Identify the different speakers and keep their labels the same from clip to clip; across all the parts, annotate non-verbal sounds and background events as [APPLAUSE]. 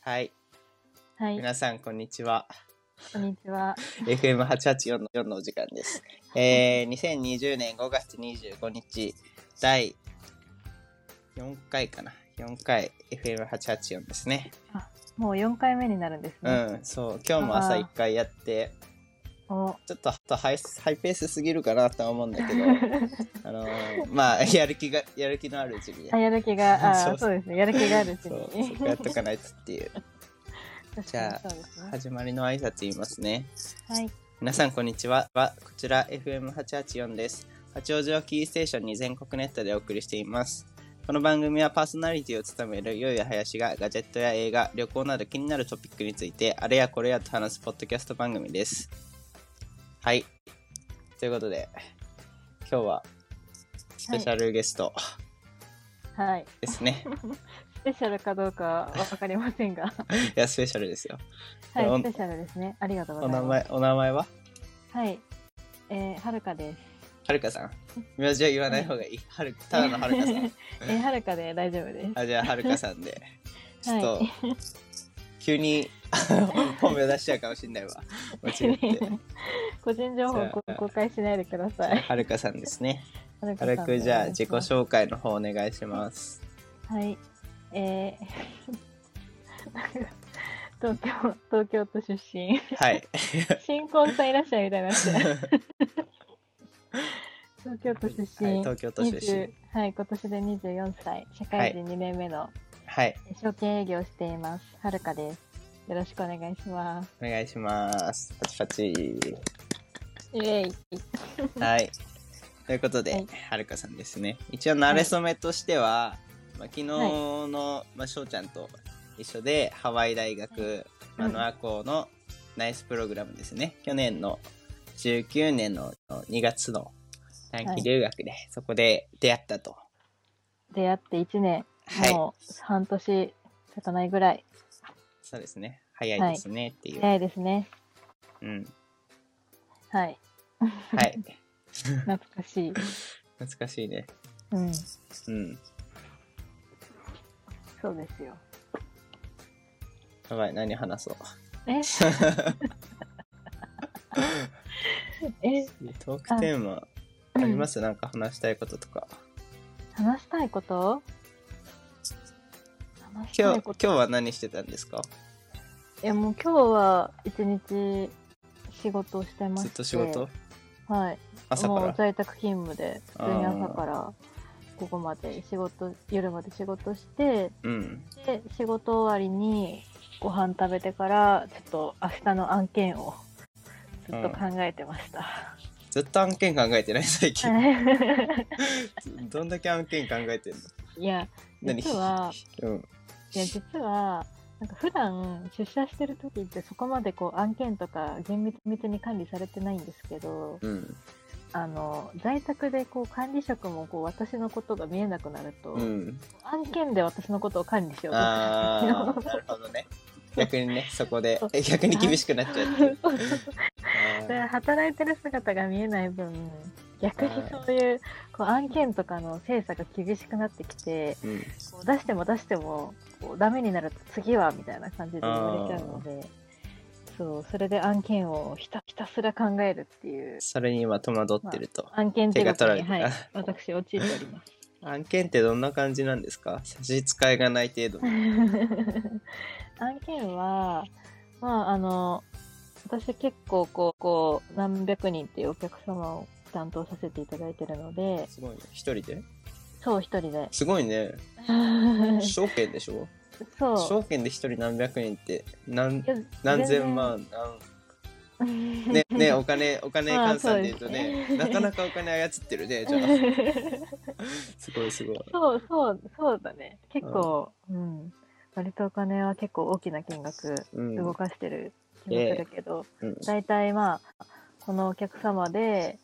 Speaker 1: はい、
Speaker 2: はい、
Speaker 1: 皆さんこんにちは。
Speaker 2: こんにちは。
Speaker 1: FM884 の4のお時間 [LAUGHS] です。えー、2020年5月25日、第4回かな。4回 FM884 ですね。
Speaker 2: もう4回目になるんです
Speaker 1: う
Speaker 2: ね。
Speaker 1: ん、そう、今日も朝1回やって、
Speaker 2: お
Speaker 1: ちょっととハイハイペースすぎるかなとは思うんだ [LAUGHS] けど、あのーまあ、やる気が、やる気のあるうちに
Speaker 2: あ、。やる
Speaker 1: [LAUGHS]
Speaker 2: 気が、あ
Speaker 1: そうそ
Speaker 2: そううですね。やる気があるうち
Speaker 1: そう、
Speaker 2: に
Speaker 1: そ。こやっとかないとっていう。
Speaker 2: [LAUGHS]
Speaker 1: じゃあ
Speaker 2: そうですね。
Speaker 1: 始まりの挨拶言いますね。
Speaker 2: はい。
Speaker 1: 皆さんこんにちは。はこちら FM884 です。八王子をキーステーションに全国ネットでお送りしています。この番組はパーソナリティを務めるよいや林がガジェットや映画、旅行など気になるトピックについてあれやこれやと話すポッドキャスト番組です。はい。ということで、今日はスペシャルゲスト
Speaker 2: はい。
Speaker 1: ですね。
Speaker 2: スペシャルかどうかはわかりません
Speaker 1: [LAUGHS]
Speaker 2: が。
Speaker 1: い、や、スペシャルですよ。
Speaker 2: は
Speaker 1: お
Speaker 2: い、スペシャルですね。ありがとう
Speaker 1: お
Speaker 2: ございます。
Speaker 1: 名前、お名前は
Speaker 2: はい。えー、はるかです。
Speaker 1: はるかさん。名字は言わない方がいい。はるただのはるかさん。
Speaker 2: えー、はるかで大丈夫です。
Speaker 1: [LAUGHS] あじゃあはるかさんでちょっと、
Speaker 2: はい
Speaker 1: 急に [LAUGHS] あの本名出しちゃうかもしれないわ間違 [LAUGHS] って
Speaker 2: 個人情
Speaker 1: じ
Speaker 2: 報
Speaker 1: ゃあ
Speaker 2: こ公開しないでください。
Speaker 1: はるかさんですね
Speaker 2: はる
Speaker 1: はる
Speaker 2: さん
Speaker 1: くじゃあ自己
Speaker 2: お願いします
Speaker 1: 紹介の方お願いします
Speaker 2: はい。えー、 [LAUGHS] 東京、東京都出身。
Speaker 1: はい
Speaker 2: 新婚さんいらっしゃいみたいになって。
Speaker 1: [LAUGHS]
Speaker 2: 東京都出身。
Speaker 1: はい東京都出身
Speaker 2: 20はい、今年で24歳、社会人2年目の、
Speaker 1: はい
Speaker 2: 証券営業をしています。はるかです。よろしくお願いします。
Speaker 1: お願いしますパチパチ
Speaker 2: イェイ。
Speaker 1: はいということで、
Speaker 2: は
Speaker 1: はいるかさんですね一応慣れ初めとしては、まあ、昨日の、まあ、しょうちゃんと一緒でハワイ大学マノア校のナイスプログラムですね、去年の19年の2月の短期留学で、そこで出会ったと
Speaker 2: 出会って1年、
Speaker 1: はい
Speaker 2: もう半年経たないぐらい。
Speaker 1: そうですね早いですねっていう、
Speaker 2: 早いですね。
Speaker 1: うん [LAUGHS]
Speaker 2: はい。
Speaker 1: はい [LAUGHS]
Speaker 2: 懐かしい。
Speaker 1: 懐かしいね
Speaker 2: うん。
Speaker 1: うん
Speaker 2: そうですよ。
Speaker 1: やばい何話そう [LAUGHS]
Speaker 2: え [LAUGHS] え、
Speaker 1: トークテーマありますなんか話したいこととか
Speaker 2: 話したいこと話した
Speaker 1: 今
Speaker 2: い
Speaker 1: 日
Speaker 2: こ
Speaker 1: 今
Speaker 2: と
Speaker 1: 日は何してたんですか
Speaker 2: いやもう今日は一日仕事をしてま
Speaker 1: ず
Speaker 2: して
Speaker 1: っと仕事
Speaker 2: はい
Speaker 1: 朝か
Speaker 2: もう
Speaker 1: ら
Speaker 2: 在宅勤務で普通に
Speaker 1: あー
Speaker 2: 朝から午後まで仕事夜まで仕事して
Speaker 1: うん
Speaker 2: で仕事終わりにご飯食べてからちょっと明日の案件をずっと考えてました、
Speaker 1: ずっと案件考えてない最近どんだけ案件考えてんの
Speaker 2: [LAUGHS] いや
Speaker 1: 何
Speaker 2: 実は
Speaker 1: うん
Speaker 2: いや実はなんか普段出社してる時ってそこまでこう案件とか厳密密に管理されてないんですけど
Speaker 1: うん
Speaker 2: あの在宅でこう管理職もこう私のことが見えなくなると、
Speaker 1: うん
Speaker 2: 案件で私のことを管理しようと
Speaker 1: あ
Speaker 2: か
Speaker 1: あ
Speaker 2: [LAUGHS]
Speaker 1: なるほどね逆にねそこでえ逆に厳しくなっちゃうって
Speaker 2: [LAUGHS]
Speaker 1: いう
Speaker 2: そうそうそう
Speaker 1: あ
Speaker 2: で
Speaker 1: ー
Speaker 2: 働いてる姿が見えない分逆にそういうこう案件とかの精査が厳しくなってきて
Speaker 1: うん
Speaker 2: こう出しても出してもこうダメになると次はみたいな感じで言われちゃうのでそうそれで案件をひたひたすら考えるっていう
Speaker 1: それに今戸惑ってると
Speaker 2: 案件手書きに、
Speaker 1: 手が取ら
Speaker 2: は
Speaker 1: れた
Speaker 2: い、
Speaker 1: [LAUGHS]
Speaker 2: 私陥っております。
Speaker 1: 案件ってどんな感じなんですか差し支えがない程度
Speaker 2: 案件はまああの私結構こうこう何百人っていうお客様を担当させていただいてるのです
Speaker 1: ごいね一人で
Speaker 2: そう一
Speaker 1: [LAUGHS]
Speaker 2: 人で
Speaker 1: すごいね証券でしょ
Speaker 2: そう
Speaker 1: 証券で一人何百人って何
Speaker 2: いや
Speaker 1: 何千万何
Speaker 2: 全然
Speaker 1: ね、ね、お金、お金
Speaker 2: まあ
Speaker 1: 換算で言うとね、
Speaker 2: そうですね
Speaker 1: なかなかお金操ってる
Speaker 2: [LAUGHS]
Speaker 1: ね、じゃあ。すごいすごい。
Speaker 2: そうそうそうだね結構うん割とお金は結構大きな金額
Speaker 1: うん。
Speaker 2: 動かしてる気もするけど、
Speaker 1: うん
Speaker 2: 大体まあこのお客様で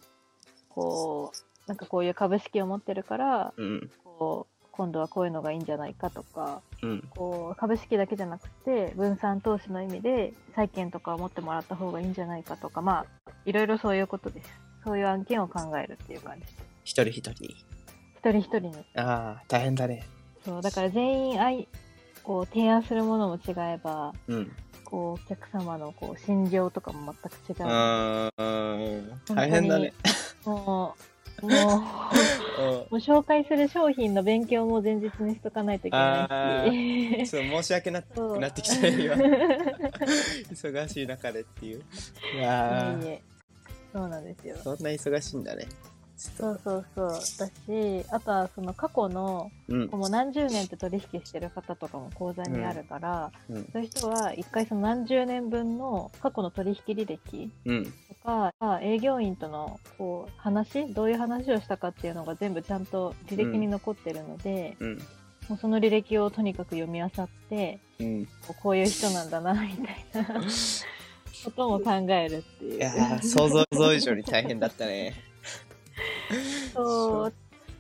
Speaker 2: こうなんかこういう株式を持ってるから
Speaker 1: うん。
Speaker 2: こう今度はこういうのがいいんじゃないかとか
Speaker 1: うん。
Speaker 2: こう株式だけじゃなくて分散投資の意味で債券とかを持ってもらった方がいいんじゃないかとかまあいろいろそういうことですそういう案件を考えるっていう感じです
Speaker 1: 一人一人。
Speaker 2: 一人一人に
Speaker 1: ああ、大変だね。
Speaker 2: そうだから全員あいこう提案するものも違えば
Speaker 1: うん。
Speaker 2: こうお客様のこう心情とかも全く違うの
Speaker 1: あー
Speaker 2: で
Speaker 1: 大変だね。
Speaker 2: 本当にもうもうもう紹介する商品の勉強も前日にしとかないといけない
Speaker 1: うん
Speaker 2: し。
Speaker 1: そう申し訳な
Speaker 2: そう
Speaker 1: くなってきた
Speaker 2: [LAUGHS]
Speaker 1: よ [LAUGHS]
Speaker 2: い
Speaker 1: 今
Speaker 2: え
Speaker 1: 忙しい中でっていう。いや
Speaker 2: い
Speaker 1: ー
Speaker 2: えそうなんですよ。
Speaker 1: そんな忙しいんだね。ち
Speaker 2: そ
Speaker 1: ょっ
Speaker 2: うそうそう。だし、あとはその過去の、
Speaker 1: とうん。
Speaker 2: もう何十年って取引してる方とかも口座にあるから、
Speaker 1: うん
Speaker 2: そういう人は一回その何十年分の過去の取引履歴
Speaker 1: うん。
Speaker 2: とか、営業員とのこう話、どういう話をしたかっていうのが全部ちゃんと履歴に残ってるので、
Speaker 1: うん。
Speaker 2: もうその履歴をとにかく読み漁って、
Speaker 1: うん。
Speaker 2: こういう人なんだな、みたい [LAUGHS] なことも考えるっていう。
Speaker 1: いやー想像以上に大変だったね。
Speaker 2: そう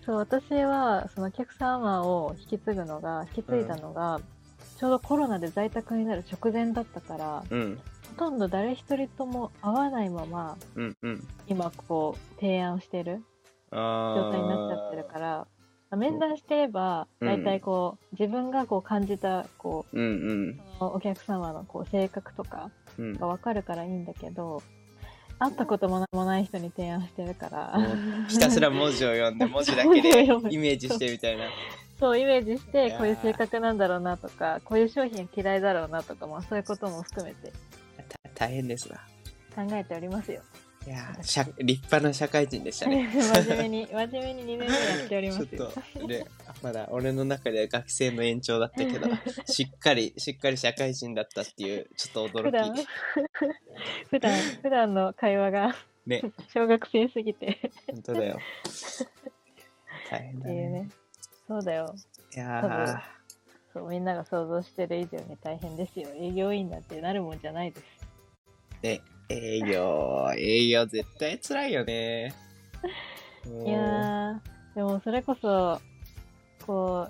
Speaker 2: そう私はそのお客様を引き継ぐのが引き継いだのが、ちょうどコロナで在宅になる直前だったから
Speaker 1: うん。
Speaker 2: ほとんど誰一人とも会わないまま
Speaker 1: うん。うん。
Speaker 2: 今こう提案してる状
Speaker 1: 状
Speaker 2: 態になっちゃってるから面談してれば
Speaker 1: うん
Speaker 2: 大体こう、自分がこう感じたこう
Speaker 1: うんうん
Speaker 2: そのお客様のこう性格とか
Speaker 1: うん
Speaker 2: が分かるからいいんだけど会ったこともない人に提案してるから
Speaker 1: もうひたすら文字を
Speaker 2: [LAUGHS]
Speaker 1: 読んで文字だけでイメージしてみたいな
Speaker 2: そうイメージし
Speaker 1: い
Speaker 2: て
Speaker 1: やー
Speaker 2: こういう性格なんだろうなとかこういう商品嫌いだろうなとか、まあ、そういうことも含めて
Speaker 1: た大変ですわ
Speaker 2: 考えております
Speaker 1: [LAUGHS]
Speaker 2: よ
Speaker 1: いやー社立派な社会人でした
Speaker 2: [LAUGHS] 真
Speaker 1: ね
Speaker 2: 面目に真面目に2年目やっており
Speaker 1: ち
Speaker 2: ま
Speaker 1: ょっ
Speaker 2: すよ
Speaker 1: とねまだ俺の中では学生の延長だったけどしっかりしっかり社会人だったっていうちょっと
Speaker 2: 普
Speaker 1: 驚
Speaker 2: 段
Speaker 1: き
Speaker 2: [LAUGHS] 普段普段の会話が
Speaker 1: ね
Speaker 2: [LAUGHS] 小学生すぎて
Speaker 1: 本当だよ大変
Speaker 2: って
Speaker 1: だ
Speaker 2: いう
Speaker 1: ね
Speaker 2: ねそうだよ
Speaker 1: いや
Speaker 2: そうみんなが想像してる以上に大変ですよ営業員なんてなるもんじゃないです
Speaker 1: ーね営業営業絶対辛いよね
Speaker 2: いやーでもそれこそこ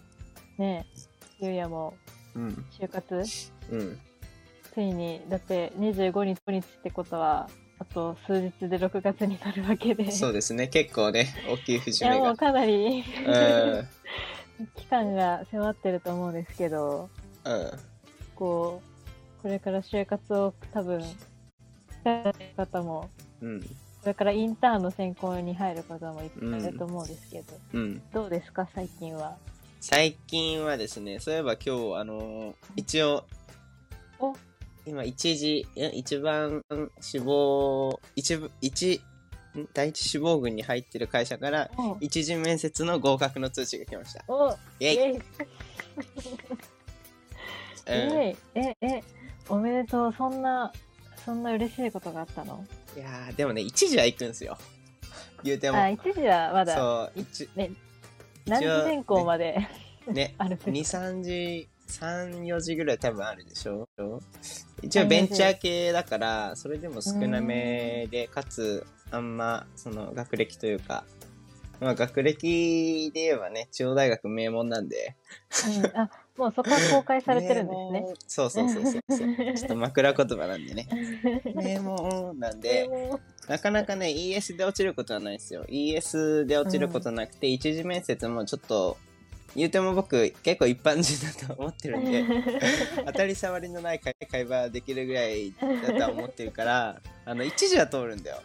Speaker 2: うねゆうやも
Speaker 1: うん
Speaker 2: 就活
Speaker 1: うん
Speaker 2: ついにだって25日日ってことはあと数日で6月になるわけで
Speaker 1: そうですね結構ね大きい節
Speaker 2: いや
Speaker 1: 目
Speaker 2: も
Speaker 1: が
Speaker 2: うかな
Speaker 1: う
Speaker 2: り
Speaker 1: ん
Speaker 2: [LAUGHS] 期間が迫ってると思うんですけど
Speaker 1: うん
Speaker 2: こうこれから就活を多分控えてる方も
Speaker 1: うん
Speaker 2: これからインターンの選考に入る方もいっぱいいると思うんですけど、
Speaker 1: うん
Speaker 2: どうですか最近は
Speaker 1: 最近はですねそういえば今日あのー一応
Speaker 2: お
Speaker 1: 今一時え一番志望一部一ん第一志望群に入ってる会社から
Speaker 2: お
Speaker 1: 一次面接の合格の通知が来ました
Speaker 2: お
Speaker 1: イ
Speaker 2: イ
Speaker 1: ェイ、
Speaker 2: エイ
Speaker 1: うん
Speaker 2: イエイええおめでとうそんなそんな嬉しいことがあったの
Speaker 1: いやーでもね一時は行くんですよ言うても
Speaker 2: あ一時はまだ
Speaker 1: そう一
Speaker 2: ね、
Speaker 1: 一応
Speaker 2: 何時選考まで、
Speaker 1: ね
Speaker 2: あると
Speaker 1: 23時34時ぐらい多分あるでしょ一応ベンチャー系だからそれでも少なめでかつあんまその学歴というかまあ学歴で言えばね中央大学名門なんで
Speaker 2: うんあもうそこは公開されてるんです
Speaker 1: 名
Speaker 2: ね。
Speaker 1: 門そうそう
Speaker 2: [LAUGHS]
Speaker 1: そうそうそうちょっと枕言葉なんでね名門なんでなかなかね ES で落ちることはないですよ ES で落ちることなくて、一次面接もちょっと言うても僕結構一般人だと思ってるんで [LAUGHS] 当たり障りのない会会話できるぐらいだとは思ってるからあの一時は通るんだよ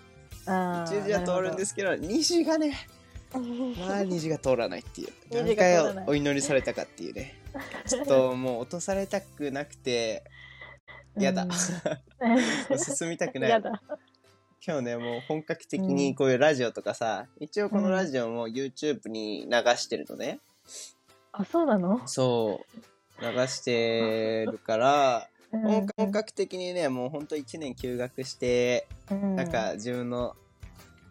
Speaker 2: あ
Speaker 1: 一
Speaker 2: ー
Speaker 1: 時は通るんですけど二時がね
Speaker 2: なるほど
Speaker 1: まあ二時が通らないっていう
Speaker 2: 二時
Speaker 1: 何
Speaker 2: が通
Speaker 1: 回
Speaker 2: らない
Speaker 1: お祈りされたかっていうねちょっともう落とされたくなくて嫌だ、
Speaker 2: うん
Speaker 1: 進みたくない
Speaker 2: やだ。
Speaker 1: 今日ねもう本格的にこういうラジオとかさ、一応このラジオも YouTube に流してるのね、
Speaker 2: あ、そうなの
Speaker 1: そう流してるから本本格的にねもうほんと1年休学して、
Speaker 2: な
Speaker 1: なんか自分の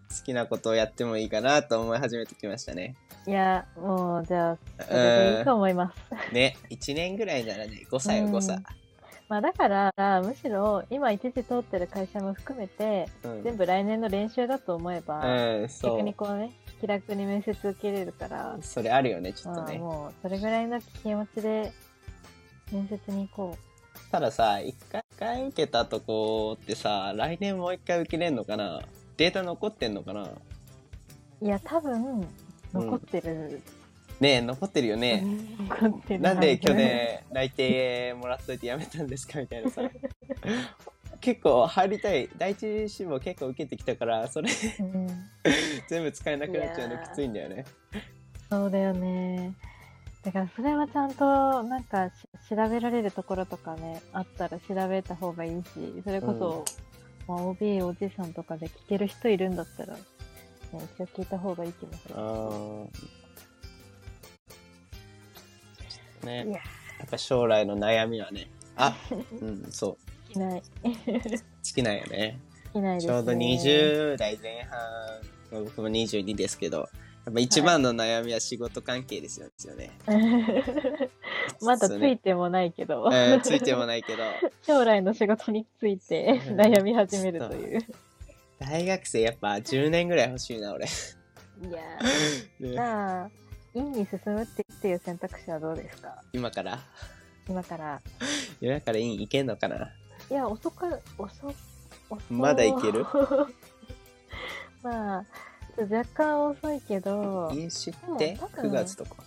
Speaker 1: 好きなことをやってもいいかなと思い始めてきましたね
Speaker 2: いや、もうじゃあ、それでいいと
Speaker 1: う
Speaker 2: 思います。
Speaker 1: んね1年ぐらいならね5歳よ
Speaker 2: うん
Speaker 1: 5歳、
Speaker 2: まあだから、むしろ今一時通ってる会社も含めて、
Speaker 1: うん
Speaker 2: 全部来年の練習だと思えば、
Speaker 1: うんそ
Speaker 2: 逆に
Speaker 1: う
Speaker 2: こうね、気楽に面接受けれるから、
Speaker 1: それあるよねちょっと
Speaker 2: まあ
Speaker 1: ね
Speaker 2: もうそれぐらいの気持ちで面接に行こ
Speaker 1: たださ一回一回受けたとこってさ来年もう一回受けれんのかなデータ残ってんのかな
Speaker 2: ういや多分
Speaker 1: うん
Speaker 2: 残ってる
Speaker 1: ねえ、残ってるよね。
Speaker 2: 残ってる
Speaker 1: なんで去年内定もらっといてやめたんですかみた
Speaker 2: [LAUGHS]
Speaker 1: いなさ結構入りたい第一志望結構受けてきたからそれ
Speaker 2: うん
Speaker 1: 全部使えなくなっちゃうの
Speaker 2: いやー
Speaker 1: きついんだよね
Speaker 2: そうだよね。だからそれはちゃんとなんかし調べられるところとかねあったら調べた方がいいしそれこそ、まあ、OB おじさんとかで聞ける人いるんだったら、ね、一応聞いた方がいい気もする
Speaker 1: あーね
Speaker 2: いや
Speaker 1: やっぱ将来の悩みはね
Speaker 2: [LAUGHS]
Speaker 1: あうんそう
Speaker 2: 聞きない
Speaker 1: 尽きないよね
Speaker 2: 聞きないです、
Speaker 1: ち
Speaker 2: ね、
Speaker 1: ょうど20代前半まあ僕も22ですけどやっぱ一番の悩みは仕事関係ですよね。
Speaker 2: [LAUGHS] まだつ
Speaker 1: そう
Speaker 2: い
Speaker 1: ね、
Speaker 2: てもないけど、
Speaker 1: うんついてもないけど、
Speaker 2: 将来の仕事について
Speaker 1: うん
Speaker 2: 悩み始めるという。
Speaker 1: 大学生やっぱ10年ぐらい欲しいな俺、
Speaker 2: いやー、
Speaker 1: ね
Speaker 2: まあ、院に進むってっていう選択肢はどうですか
Speaker 1: 今から
Speaker 2: 今から。
Speaker 1: 今から院行けんのかない
Speaker 2: や、遅く、遅、遅
Speaker 1: まだいける
Speaker 2: [LAUGHS] まあ、ちょっと若干遅いけど、
Speaker 1: 院試っ
Speaker 2: で
Speaker 1: て
Speaker 2: も多分
Speaker 1: 9月とか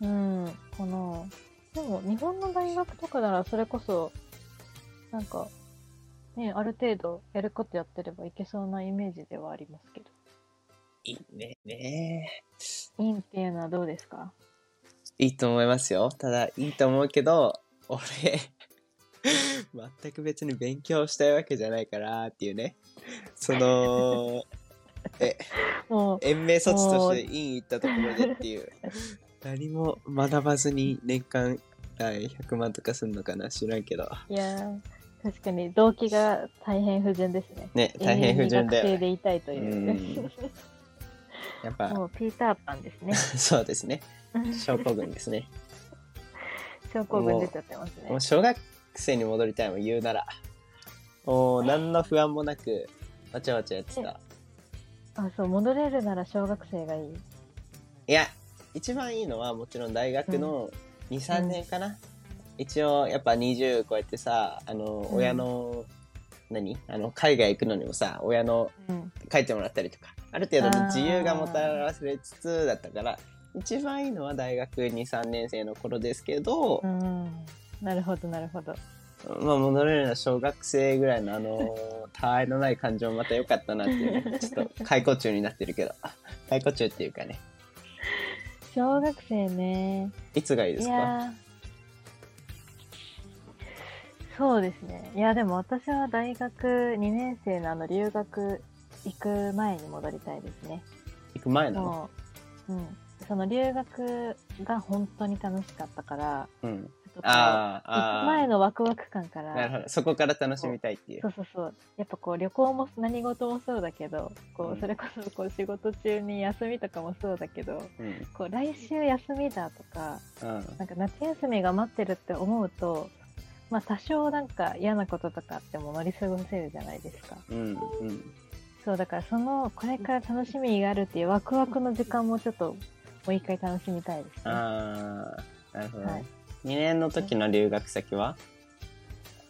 Speaker 2: うん、この、でも日本の大学とかならそれこそ、なんか、ね、ある程度やることやってればいけそうなイメージではありますけど。
Speaker 1: いいねね
Speaker 2: インっていうのはどうですか
Speaker 1: いいと思いますよただいいと思うけど俺 [LAUGHS] 全く別に勉強したいわけじゃないからっていうねその
Speaker 2: [LAUGHS]
Speaker 1: え
Speaker 2: もう、
Speaker 1: 延命措置として院行ったところでっていう何も学ばずに年間はい100万とかすんのかな知らんけど
Speaker 2: いやー確かに動機が大変不純ですね。
Speaker 1: ね大変不純だ
Speaker 2: 永
Speaker 1: よね。
Speaker 2: 遠に学生でいたいといううん
Speaker 1: やっぱ
Speaker 2: [LAUGHS] もうピーターパンで
Speaker 1: [LAUGHS]
Speaker 2: すね。 [LAUGHS]
Speaker 1: そうですね症候群ですね
Speaker 2: 症候群出ちゃってます
Speaker 1: も
Speaker 2: ね
Speaker 1: う。小学生に戻りたいもん言うならもう何の不安もなくわちゃわちゃやってた
Speaker 2: あ、そう、戻れるなら小学生がいい。
Speaker 1: いや一番いいのはもちろん大学の23、
Speaker 2: うん
Speaker 1: 年かな、一応やっぱ20超えてさあの
Speaker 2: うん
Speaker 1: 親の、何あの海外行くのにもさ親の
Speaker 2: うん。
Speaker 1: 書いてもらったりとかある程度の自由がもたらされつつだったから一番いいのは大学23年生の頃ですけど、
Speaker 2: うん。なるほど、なるほど。
Speaker 1: まあ、戻れるのは小学生ぐらいのあ
Speaker 2: [LAUGHS]
Speaker 1: のー、たわいのない感情もまた良かったなっていうね、ちょっと解雇中になってるけど、解雇中っていうかね、
Speaker 2: 小学生ね。
Speaker 1: いつがいいで
Speaker 2: い
Speaker 1: すか
Speaker 2: やーそうですね。いや、でも私は大学2年生のあの留学行く前に戻りたいですね。
Speaker 1: 行く前なの
Speaker 2: もう、うん。その留学が本当に楽しかったから、
Speaker 1: うん。
Speaker 2: ちょっとこう
Speaker 1: ああ、
Speaker 2: 行く
Speaker 1: あ
Speaker 2: 前
Speaker 1: あ。
Speaker 2: のワクワク感から、
Speaker 1: なるほど。そこから楽しみたいってい。
Speaker 2: そううそうそうやっぱこう旅行も何事もそうだけどこ
Speaker 1: うん
Speaker 2: うそれこそこう仕事中に休みとかもそうだけど
Speaker 1: うん。
Speaker 2: こう来週休みだとか
Speaker 1: うん
Speaker 2: なんか夏休みが待ってるって思うと、まあ、多少なんか嫌なこととかあっても乗り過ごせるじゃないですか
Speaker 1: うん。うん。
Speaker 2: そうだからそのこれから楽しみがあるっていうワクワクの時間もちょっともう一回楽しみたいです、ね、
Speaker 1: ああ、なるほど
Speaker 2: は
Speaker 1: ね2
Speaker 2: い。
Speaker 1: 年の時の留学先は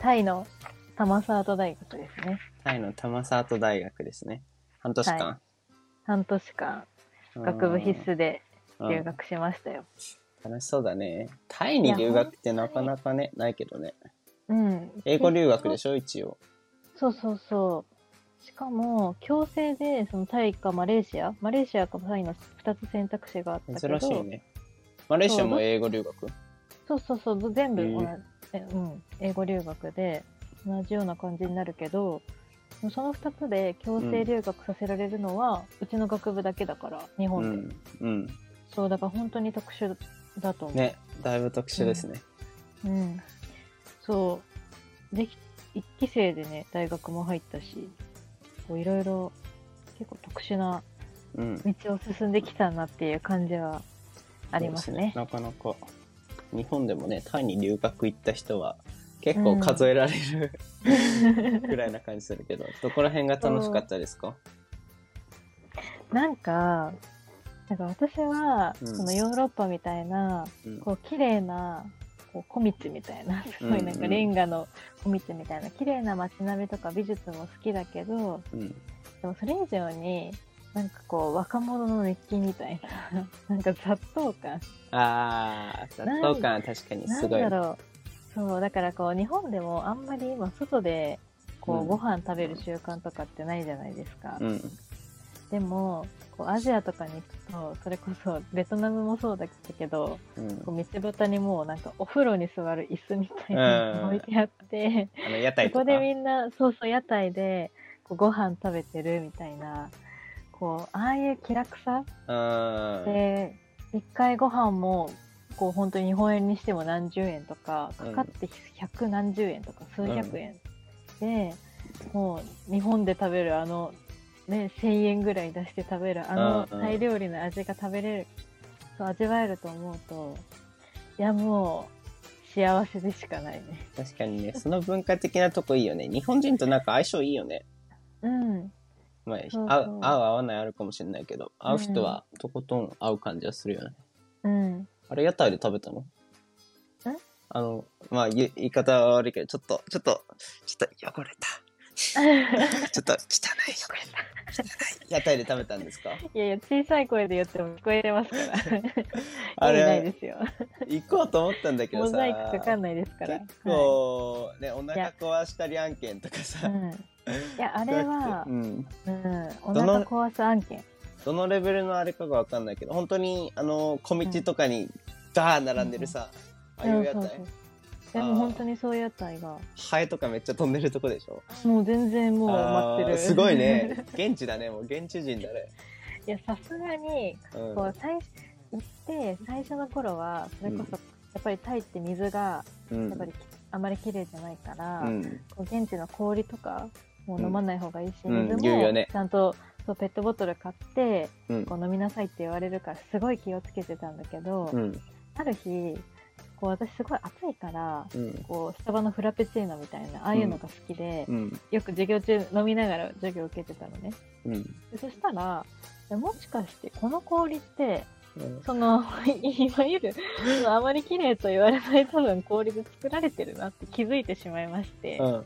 Speaker 2: タイの玉沢都大学ですね
Speaker 1: タイの玉沢都大学ですね。半年間。
Speaker 2: 半年間学部必須で
Speaker 1: うん。
Speaker 2: 留学しましたよ
Speaker 1: うん楽しそうだね。タイに留学ってなかなかね、ないけどね。
Speaker 2: うん、
Speaker 1: 英語留学で
Speaker 2: し
Speaker 1: しょ、一応。
Speaker 2: そうそうそうしかも強制でそのタイかマレーシアマレーシアかタイの2つ選択肢があったけど
Speaker 1: 珍しいねマレーシアも英語留学
Speaker 2: そうそうそう全部
Speaker 1: へえ
Speaker 2: 同じ、えうん、英語留学で同じような感じになるけどでもその2つで強制留学させられるのは、うちの学部だけだから日
Speaker 1: う
Speaker 2: 本で、
Speaker 1: んうん
Speaker 2: そうだから本当に特殊だと思う、
Speaker 1: ねだいぶ特殊ですね、
Speaker 2: うん、そうでき1期生でね大学も入ったしこういろいろ結構特殊な
Speaker 1: うん
Speaker 2: 道を進んできたなっていう感じはありますね。
Speaker 1: そうですなかなか日本でもねタイに留学行った人は結構数えられる、ぐらいな感じするけどどこら辺が楽しかったですか
Speaker 2: [LAUGHS] なんかなんか私は、
Speaker 1: うん
Speaker 2: そのヨーロッパみたいな
Speaker 1: うん
Speaker 2: こう綺麗なこう小道みたいなすごいなん
Speaker 1: うんう
Speaker 2: か
Speaker 1: ん
Speaker 2: レンガの小道みたいな綺麗な街並みとか美術も好きだけど
Speaker 1: うん
Speaker 2: でもそれ以上になんかこう、若者の熱気みたいな、 [LAUGHS] なんか雑踏感。
Speaker 1: ああ、雑踏感は確かに
Speaker 2: な
Speaker 1: す
Speaker 2: ん
Speaker 1: ごい。
Speaker 2: だろう。そう、だからこう、日本でもあんまり今、外で、こ
Speaker 1: うん
Speaker 2: う、ご飯食べる習慣とかってないじゃないですか。
Speaker 1: うん。
Speaker 2: でも、こう、アジアとかに行くと、それこそ、ベトナムもそうだけど、
Speaker 1: うん
Speaker 2: こう道端にもうなんかお風呂に座る椅子みたい
Speaker 1: うん
Speaker 2: なの置いてあって、
Speaker 1: あの屋台
Speaker 2: そ
Speaker 1: とか
Speaker 2: こでみんな、そうそう、屋台でこうご飯食べてるみたいな、こう、ああいう気楽さ
Speaker 1: うん
Speaker 2: で、一回ご飯も、こう、本当に日本円にしても何十円とか、かかって百何十円とか、数百円で、もう日本で食べるあの、ね、1000円ぐらい出して食べるあの
Speaker 1: うんうん
Speaker 2: タイ料理の味が食べれる、そう味わえると思うと、いや、もう、幸せでしかないね。
Speaker 1: 確かにねその文化的なとこいいよね日本人となんか相性いいよね、
Speaker 2: うん。
Speaker 1: まあ、
Speaker 2: そう
Speaker 1: 合う合う合わないあるかもしれないけど合う人はとことん合う感じはするよね、
Speaker 2: うん。 [LAUGHS]
Speaker 1: あれ屋台で食べたの
Speaker 2: え
Speaker 1: あのまあ言い言い方は悪いけどちょっとちょっとちょっと汚れ
Speaker 2: [LAUGHS]
Speaker 1: たちょっと汚い汚れた屋台で食べたん
Speaker 2: [LAUGHS]
Speaker 1: ですか
Speaker 2: いやいや、小さい声で言っても聞こえてますから。
Speaker 1: あ
Speaker 2: 意味ないで
Speaker 1: れ
Speaker 2: すよ。
Speaker 1: 行こうと思ったんだけど
Speaker 2: モ
Speaker 1: さ
Speaker 2: ザイクかかんないですから。
Speaker 1: 結
Speaker 2: はい
Speaker 1: 構、ねお腹壊したり案件とか
Speaker 2: う
Speaker 1: さ、
Speaker 2: ん、い
Speaker 1: [LAUGHS]
Speaker 2: やあれは
Speaker 1: う、ん、
Speaker 2: うん、お
Speaker 1: どの
Speaker 2: 腹壊す案件
Speaker 1: どのレベルのあれかがわかんないけど本当にあの小道とかにダー並んでるさ、ああいう屋
Speaker 2: そう
Speaker 1: 台
Speaker 2: そうそうでも本当にそういう屋台が
Speaker 1: ハエとかめっちゃ飛んでるとこでしょ
Speaker 2: もう全然もう待って
Speaker 1: あー
Speaker 2: る
Speaker 1: すごいね現地だねもう現地人だね、
Speaker 2: [LAUGHS] いやさすがに
Speaker 1: うん、
Speaker 2: こう最初行って最初の頃はそれこそ、
Speaker 1: うん
Speaker 2: やっぱりタイって水が
Speaker 1: うん
Speaker 2: やっぱりき、あまり綺麗じゃないから、
Speaker 1: うん
Speaker 2: こう現地の氷とかもう飲まない方がいいし、
Speaker 1: うん
Speaker 2: 水
Speaker 1: 言うよ
Speaker 2: も
Speaker 1: ね
Speaker 2: ちゃんと、そうペットボトル買って
Speaker 1: うん
Speaker 2: こう飲みなさいって言われるからすごい気をつけてたんだけど、
Speaker 1: うん
Speaker 2: ある日こう私すごい暑いから
Speaker 1: うん
Speaker 2: こうスタバのフラペチーノみたいなああいうのが好きで、
Speaker 1: うん
Speaker 2: よく授業中飲みながら授業受けてたのね
Speaker 1: うん
Speaker 2: でそしたらいやもしかしてこの氷って
Speaker 1: うん
Speaker 2: その [LAUGHS] いわゆるそのあまり綺麗と言われない多分氷で作られてるなって気づいてしまいまして、
Speaker 1: う
Speaker 2: い
Speaker 1: ん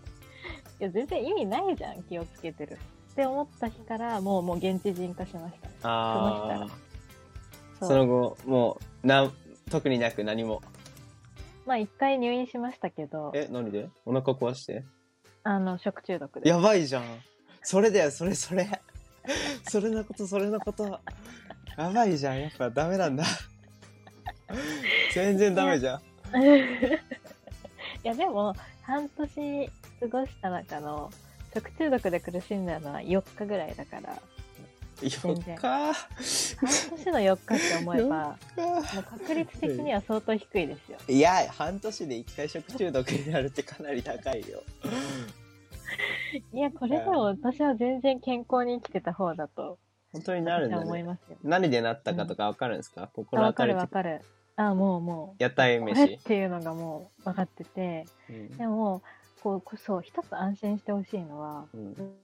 Speaker 2: や全然意味ないじゃん気をつけてるって思った日からもうもう現地人化しました
Speaker 1: あ
Speaker 2: そ
Speaker 1: あ
Speaker 2: そう
Speaker 1: その後もうなん特になく何も
Speaker 2: まあ一回入院しましたけど
Speaker 1: え何でお腹壊して
Speaker 2: あの食中毒で
Speaker 1: やばいじゃんそれだよそれそれ [LAUGHS] それのことそれのことやばいじゃんやっぱダメなん
Speaker 2: [LAUGHS]
Speaker 1: だ全然ダメじゃん
Speaker 2: いやでも半年過ごした中の食中毒で苦しんだのは4日ぐらいだから
Speaker 1: よっか
Speaker 2: 半年の4日って思え
Speaker 1: [LAUGHS]
Speaker 2: ば
Speaker 1: ー
Speaker 2: もう確率的には相当低いですよ。
Speaker 1: いや半年で一回食中毒になるってかなり高いよ
Speaker 2: いやこれでも私は全然健康に生きてた方だと
Speaker 1: 本当になるん
Speaker 2: 私は
Speaker 1: だ
Speaker 2: 思い
Speaker 1: ね
Speaker 2: ますよ。
Speaker 1: 何でなったかとかわかるんですか、ここ
Speaker 2: あ
Speaker 1: 心
Speaker 2: わ
Speaker 1: 当
Speaker 2: か
Speaker 1: たり
Speaker 2: るわかる。あもうもう。
Speaker 1: 屋台
Speaker 2: これっ
Speaker 1: 飯、
Speaker 2: ていうのがもう分かってて
Speaker 1: うん
Speaker 2: でもこうこそ一つ安心してほしいのは
Speaker 1: うん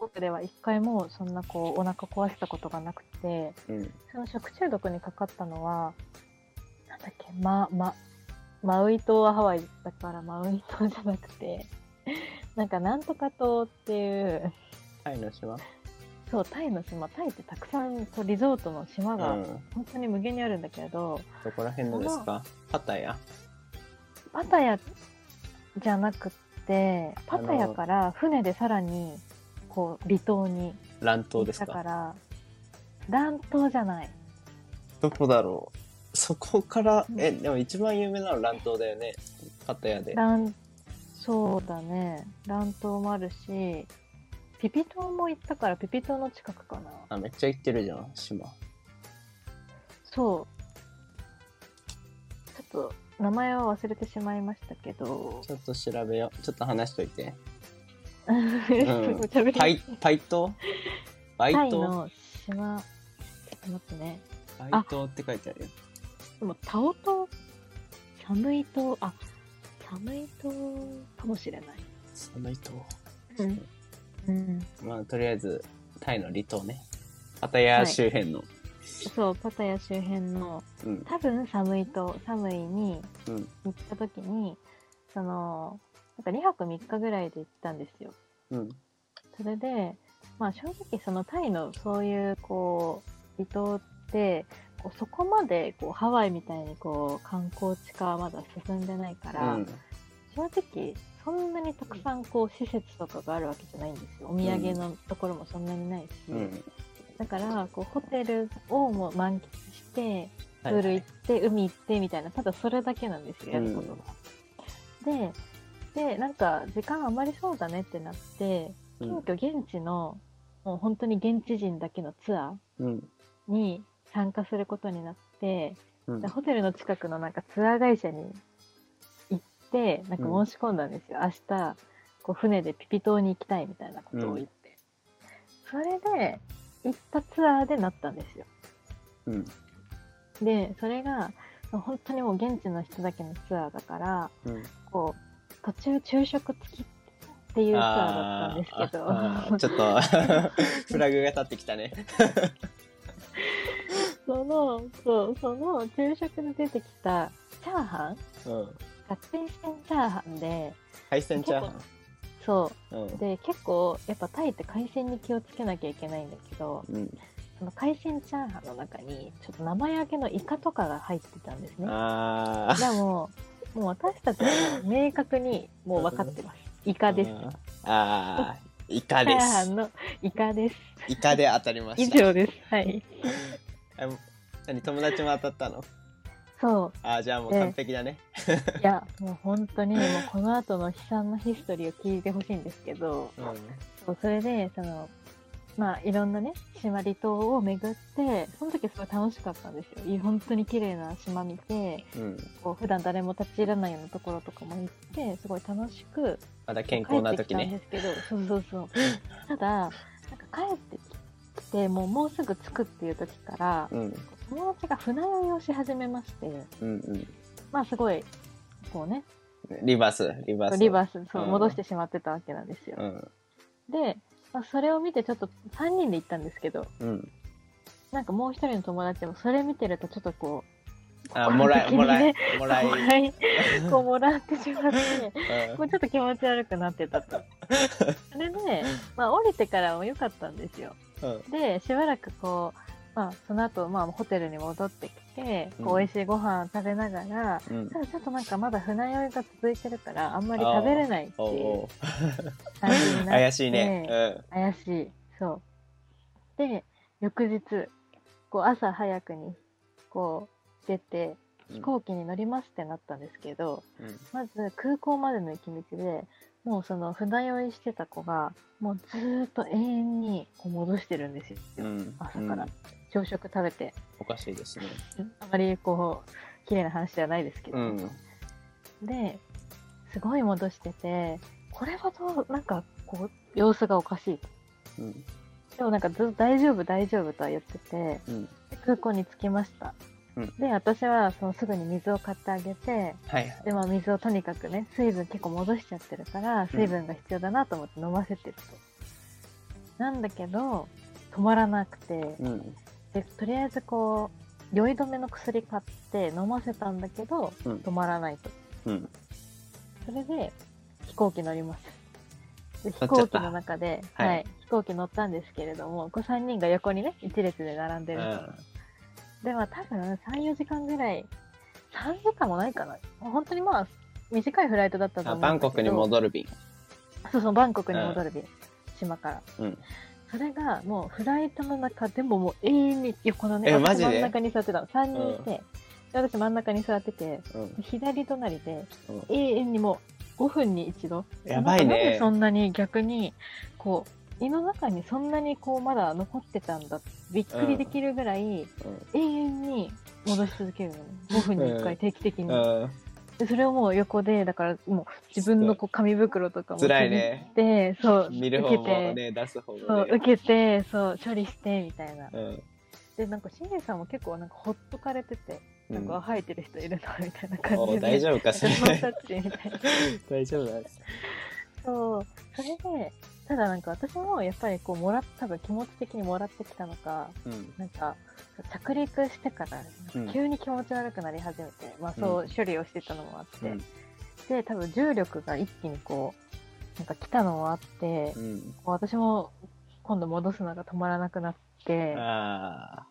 Speaker 2: 僕では一回もそんなこうお腹壊したことがなくて
Speaker 1: うん、
Speaker 2: その食中毒にかかったのは、なんだっけ、ま、ま、マウイ島はハワイだからマウイ島じゃなくて、 [LAUGHS] なんかなんとか島っていう、
Speaker 1: タイの島
Speaker 2: そう、タイの島、タイってたくさんこうリゾートの島
Speaker 1: う
Speaker 2: が
Speaker 1: ん
Speaker 2: 本当に無限にあるんだけど、
Speaker 1: どこら辺のですかパタヤ
Speaker 2: パタヤじゃなくって、パタヤから船でさらにこう離島に
Speaker 1: 乱
Speaker 2: 行
Speaker 1: 闘
Speaker 2: っ
Speaker 1: です
Speaker 2: た
Speaker 1: か
Speaker 2: から、乱島じゃない。
Speaker 1: どこだろうそこから、え、でも一番有名なのは乱闘だよね。パタヤで。
Speaker 2: 乱そうだね乱闘もあるしピピ島も行ったからピピ島の近くかな
Speaker 1: あ、めっちゃ行ってるじゃん、島。
Speaker 2: そうちょっと名前は忘れてしまいましたけど
Speaker 1: ちょっと調べよう。ちょっと話しといて。
Speaker 2: [LAUGHS]
Speaker 1: ん
Speaker 2: 喋り
Speaker 1: パ [LAUGHS] イ、パイ島バイ
Speaker 2: タイ
Speaker 1: 島
Speaker 2: の島ちょっと待ってね
Speaker 1: バイ
Speaker 2: あ
Speaker 1: 島って書いてあるよ。
Speaker 2: でもタオ島サムイ島あサムイ島かもしれない、
Speaker 1: その島。
Speaker 2: うんうん、
Speaker 1: まあ、とりあえず、タイの離島ね。パタヤ周辺の。
Speaker 2: そうパタヤ周辺の
Speaker 1: うん。
Speaker 2: 多分寒いと寒いに
Speaker 1: うん
Speaker 2: 行った時に、そのなんか2泊3日ぐらいで行ったんですよ
Speaker 1: うん。
Speaker 2: それで、まあ正直そのタイのそういうこう離島ってこうそこまでこうハワイみたいにこう観光地化はまだ進んでないから、
Speaker 1: うん
Speaker 2: 正直そんなにたくさんこう施設とかがあるわけじゃないんですよお土産のところもそんなにないし、
Speaker 1: うん
Speaker 2: だからこうホテルをもう満喫してプ
Speaker 1: はいは
Speaker 2: ール
Speaker 1: い
Speaker 2: 行って、海行ってみたいなただそれだけなんですよやることが。ででなんか時間余りそうだねってなって
Speaker 1: う
Speaker 2: 急
Speaker 1: ん
Speaker 2: 遽現地のもう本当に現地人だけのツア
Speaker 1: うん
Speaker 2: ーに参加することになって。
Speaker 1: うん
Speaker 2: でホテルの近くのなんかツアー会社に行ってなんか申し込んだんですよ、明日こう船でピピ島に行きたいみたいなことを言って、それで行ったツアーでなったんですよ
Speaker 1: うん
Speaker 2: でそれが本当にもう現地の人だけのツアーだから
Speaker 1: うん
Speaker 2: こう途中昼食付きっていうツアーだったんですけど
Speaker 1: あーあーちょっと [LAUGHS] フラグが立ってきたね。
Speaker 2: そのそうその昼食で出てきたチャーハン
Speaker 1: うん、
Speaker 2: が天津チャーハンで
Speaker 1: 海鮮チャーハ
Speaker 2: そう
Speaker 1: ン。
Speaker 2: で結構やっぱタイって海鮮に気をつけなきゃいけないんだけど
Speaker 1: うん
Speaker 2: その海鮮チャーハンの中にちょっと生焼けのイカとかが入ってたんです
Speaker 1: うん、
Speaker 2: ね
Speaker 1: あ
Speaker 2: でももう私たちは明確にもう分かってますイカ
Speaker 1: あ。
Speaker 2: ですチ
Speaker 1: ああ。イカ
Speaker 2: ャー
Speaker 1: で
Speaker 2: ハ
Speaker 1: す。
Speaker 2: ンのイカです
Speaker 1: イカで当たりま
Speaker 2: 以
Speaker 1: した。
Speaker 2: 上ですはい
Speaker 1: あもう何友達も当たったの
Speaker 2: そ
Speaker 1: ああじゃあもう完璧だね。
Speaker 2: ういやもう本当にもうこの後の悲惨なヒストリーを聞いてほしいんですけど
Speaker 1: うん
Speaker 2: そうそれでそのまあいろんなね島離島を巡ってその時すごい楽しかったんですよいい本当に綺麗な島見て
Speaker 1: うん、
Speaker 2: こう普段誰も立ち入らないようなところとかも行ってすごい楽しく
Speaker 1: まだ健康な
Speaker 2: 帰ってき
Speaker 1: 時
Speaker 2: たん
Speaker 1: ね
Speaker 2: で。すけど、そうそうそうただなんか帰ってきてもうもうすぐ着くっていう時から
Speaker 1: うん
Speaker 2: 友達が船酔いをし始めまして
Speaker 1: うんうん。
Speaker 2: まあすごいこうね
Speaker 1: リバースリバース。
Speaker 2: リバースそう
Speaker 1: うん
Speaker 2: 戻してしまってたわけなんですよ、
Speaker 1: うん
Speaker 2: で、まあ、それを見てちょっと3人で行ったんですけど
Speaker 1: うん。
Speaker 2: なんかもう一人の友達もそれ見てるとちょっとこう、
Speaker 1: あもらいもらいも
Speaker 2: も
Speaker 1: ら
Speaker 2: ら [LAUGHS]
Speaker 1: い。
Speaker 2: い、
Speaker 1: うん
Speaker 2: こうもらってしまって、こうちょっと気持ち悪くなってたと。それで、まあ降りてからも良かったんですよ。
Speaker 1: うん
Speaker 2: で、しばらくこう、まあその後、まあホテルに戻ってきて、
Speaker 1: う
Speaker 2: こうん美味しいご飯を食べながら、
Speaker 1: うん
Speaker 2: ただちょっとなんかまだ船酔いが続いてるから、あんまり食べれないって
Speaker 1: おう
Speaker 2: い
Speaker 1: お
Speaker 2: う
Speaker 1: う。
Speaker 2: 感じになって。
Speaker 1: 怪しいね。
Speaker 2: 怪しいそうで翌日こう朝早くにこう出て
Speaker 1: うん。
Speaker 2: 飛行機に乗りますってなったんですけど、
Speaker 1: うん
Speaker 2: まず空港までの行き道でもうその船酔いしてた子がもうずーっと永遠にこう戻してるんですよ、
Speaker 1: うん。
Speaker 2: 朝から
Speaker 1: うん
Speaker 2: 朝食食べて
Speaker 1: おかしいですね。
Speaker 2: あまりこう綺麗な話ではないですけど、
Speaker 1: うん。
Speaker 2: ですごい戻しててこれはどうなんかこう様子がおかしい
Speaker 1: うん。
Speaker 2: でもなんかずっと大丈夫大丈夫とは言ってて、
Speaker 1: うん
Speaker 2: で空港に着きました、
Speaker 1: うん
Speaker 2: で私はそのすぐに水を買ってあげて
Speaker 1: はいはい。
Speaker 2: で、まあ、水をとにかくね水分結構戻しちゃってるから水分が必要だなと思って飲ませてると、なんだけど止まらなくて
Speaker 1: うん。
Speaker 2: でとりあえずこう酔い止めの薬買って飲ませたんだけど
Speaker 1: うん
Speaker 2: 止まらないと
Speaker 1: うん。
Speaker 2: それで飛行機乗ります。で
Speaker 1: 乗
Speaker 2: 飛
Speaker 1: っちゃ
Speaker 2: 行
Speaker 1: っ
Speaker 2: 機
Speaker 1: た
Speaker 2: の中で、
Speaker 1: は
Speaker 2: はいい飛行機乗ったんですけれどもこう3人が横にね一列で並んで
Speaker 1: う
Speaker 2: る、
Speaker 1: ん
Speaker 2: でまあ多分34時間ぐらい3時間もないかな本当にまあ短いフライトだったと思
Speaker 1: あ
Speaker 2: うん
Speaker 1: バンコクに
Speaker 2: る
Speaker 1: 戻る便。
Speaker 2: そうそうバンコクに戻る便、島から、
Speaker 1: うん
Speaker 2: それがもうフライトの中でももう永遠に横のね
Speaker 1: え
Speaker 2: 私
Speaker 1: マジで
Speaker 2: 真ん中に座ってたの3人いて、で私真ん中に座ってて
Speaker 1: うん。
Speaker 2: 左隣で
Speaker 1: うん
Speaker 2: 永遠にもう5分に一度
Speaker 1: やばい
Speaker 2: なんかなんで
Speaker 1: ね。
Speaker 2: そんなに逆にこう胃の中にそんなにこうまだ残ってたんだびっくりできるぐらい永遠に戻し続けるのね5分に1
Speaker 1: う
Speaker 2: 回
Speaker 1: ん
Speaker 2: 定期的に、
Speaker 1: うん。
Speaker 2: でそれをもう横でだからもう自分のこう紙袋とかも
Speaker 1: 辛いね。
Speaker 2: でそう
Speaker 1: 見る方もね、出す方
Speaker 2: 受けてそう
Speaker 1: もね。
Speaker 2: 受けてそう処理してみたいな
Speaker 1: うん
Speaker 2: でなんかシゲさんも結構なんかほっとかれてて、
Speaker 1: う
Speaker 2: なん
Speaker 1: ん
Speaker 2: か吐いてる人いるなみたいな感
Speaker 1: お
Speaker 2: じで
Speaker 1: 大丈夫か
Speaker 2: [LAUGHS]
Speaker 1: それ。
Speaker 2: マッサッチみたいな
Speaker 1: 大丈夫なんです。
Speaker 2: そう、それで、ただなんか私もやっぱりこうもらっ多分気持ち的にもらってきたのか、
Speaker 1: うん。
Speaker 2: なんか着陸してから
Speaker 1: うん
Speaker 2: 急に気持ち悪くなり始めて、まあそう処理をしてたのもあって、
Speaker 1: うん
Speaker 2: で多分重力が一気にこうなんか来たのもあって、
Speaker 1: うん。
Speaker 2: こう私も今度戻すのが止まらなくなって、
Speaker 1: あ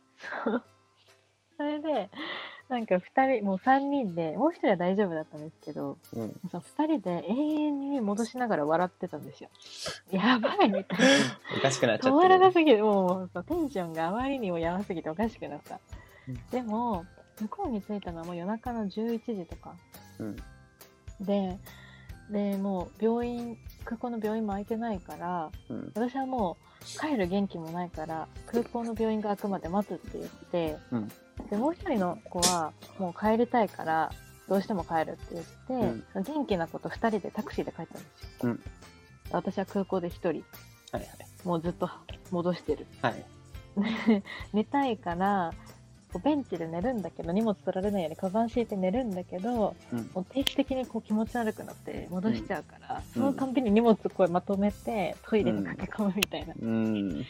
Speaker 2: それで、なんか2人、もう3人で、もう1人は大丈夫だったんですけど、
Speaker 1: ーうん
Speaker 2: その2人で永遠に戻しながら笑ってたんですよ。やばいみたいな。
Speaker 1: おかしくなっちゃ
Speaker 2: 止
Speaker 1: っ
Speaker 2: ま
Speaker 1: て
Speaker 2: ら
Speaker 1: る
Speaker 2: なすぎる。もうそうテンションがあまりにもやばすぎておかしくなった
Speaker 1: うん。
Speaker 2: でも、向こうに着いたのはもう夜中の11時とか。
Speaker 1: うん
Speaker 2: で、で、もう病院、空港の病院も空いてないから、
Speaker 1: うん
Speaker 2: 私はもう帰る元気もないから空港の病院が開くまで待つって言って、
Speaker 1: うん
Speaker 2: でもう一人の子はもう帰りたいからどうしても帰るって言って、
Speaker 1: うん
Speaker 2: その元気な子と2人でタクシーで帰ったんですよ、
Speaker 1: うん
Speaker 2: 私は空港で1人
Speaker 1: はい
Speaker 2: もうずっと戻してる [LAUGHS]
Speaker 1: はいはい
Speaker 2: 寝たいからこうベンチで寝るんだけど荷物取られないようにカバン敷いて寝るんだけど、
Speaker 1: うん
Speaker 2: もう定期的にこう気持ち悪くなって戻しちゃうから、そ
Speaker 1: うん
Speaker 2: のたんびに荷物こうまとめてトイレに駆け込むみたいな、
Speaker 1: うん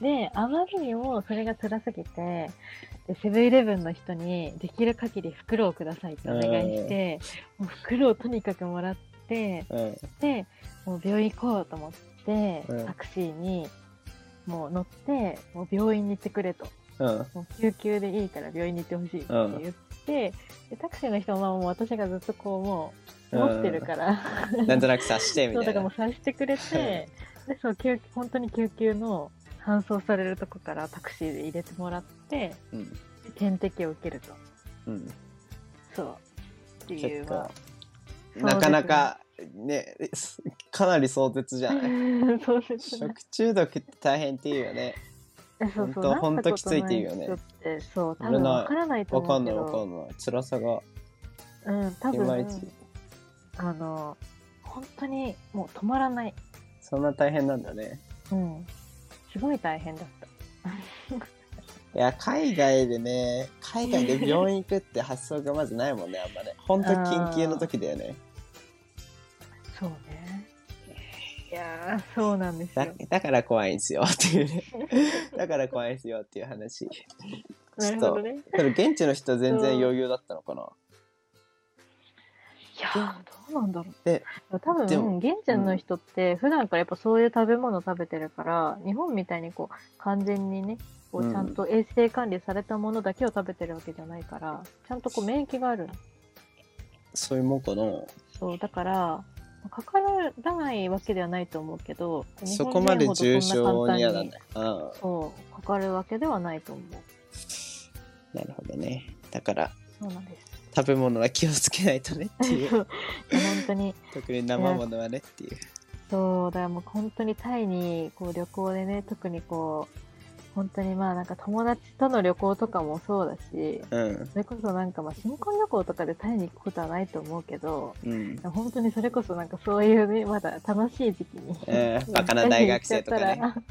Speaker 2: で、あまりにもそれが辛すぎて、でセブンイレブンの人にできる限り袋をくださいってお願いして、もう袋をとにかくもらって、
Speaker 1: うん
Speaker 2: で、もう病院行こうと思って、
Speaker 1: うん
Speaker 2: タクシーにもう乗って、もう病院に行ってくれと。
Speaker 1: うん
Speaker 2: もう救急でいいから病院に行ってほしいって言って、でタクシーの人もまあもう私がずっとこうもう持ってるから、
Speaker 1: なんとなく察してみ
Speaker 2: そう
Speaker 1: た
Speaker 2: だ
Speaker 1: い
Speaker 2: からも
Speaker 1: な
Speaker 2: う察してくれて、でそう救急本当に救急の搬送されるとこからタクシーで入れてもらって
Speaker 1: うん
Speaker 2: で点滴を受けると
Speaker 1: うん
Speaker 2: そうってい
Speaker 1: 結
Speaker 2: う
Speaker 1: 構
Speaker 2: うですね
Speaker 1: なかなかねえすかなり壮絶じゃない
Speaker 2: まあ [LAUGHS] そうですね
Speaker 1: 食中毒って大変っていうよね
Speaker 2: そ
Speaker 1: ほ
Speaker 2: う
Speaker 1: んと
Speaker 2: そう
Speaker 1: ほんときついって言うよね
Speaker 2: なったことない人ってそう多
Speaker 1: 俺
Speaker 2: 分
Speaker 1: ない
Speaker 2: わからないと
Speaker 1: わ
Speaker 2: 思
Speaker 1: か
Speaker 2: うんけ
Speaker 1: ないわか
Speaker 2: ど
Speaker 1: んない辛さが
Speaker 2: うん多
Speaker 1: いまい
Speaker 2: 分
Speaker 1: ち
Speaker 2: あの本当にもう止まらない
Speaker 1: そんな大変なんだね
Speaker 2: うんすごい大変だった
Speaker 1: いや海外でね海外で病院行くって発想がまずないもんねあんまねほんと緊急の時だよね
Speaker 2: そうねいやーそうなんです
Speaker 1: だ
Speaker 2: よ
Speaker 1: だから怖いんすよっていう
Speaker 2: [LAUGHS]
Speaker 1: ねだから怖いんすよっていう話
Speaker 2: なるほどね
Speaker 1: それ現地の人は全然余裕だったのかない
Speaker 2: やーどうなんだろう
Speaker 1: で
Speaker 2: 多分
Speaker 1: でも
Speaker 2: 現地の人って普段からやっぱそういう食べ物食べてるから、日本みたいにこう完全にねこ
Speaker 1: う
Speaker 2: うんちゃんと衛生管理されたものだけを食べてるわけじゃないから、ちゃんとこう免疫がある
Speaker 1: そういうもんかな
Speaker 2: そうだからかからないわけではないと思うけど
Speaker 1: そこまで重症にはならな
Speaker 2: な
Speaker 1: いうん
Speaker 2: そうかかるわけではないと思う
Speaker 1: なるほどねだから
Speaker 2: そうなんです
Speaker 1: 食べ物は気をつけないとねっていう
Speaker 2: [LAUGHS] そういや本当に
Speaker 1: 特に生ものはねっていう
Speaker 2: そうだからもう本当にタイにこう旅行でね特にこう本当にまあなんか友達との旅行とかもそうだし
Speaker 1: うん
Speaker 2: それこそなんかまあ新婚旅行とかでタイに行くことはないと思うけど
Speaker 1: うん
Speaker 2: 本当にそれこそなんかそういうねまだ楽しい時期に、
Speaker 1: うんバカな大学生とかね
Speaker 2: [LAUGHS] 行っちゃったら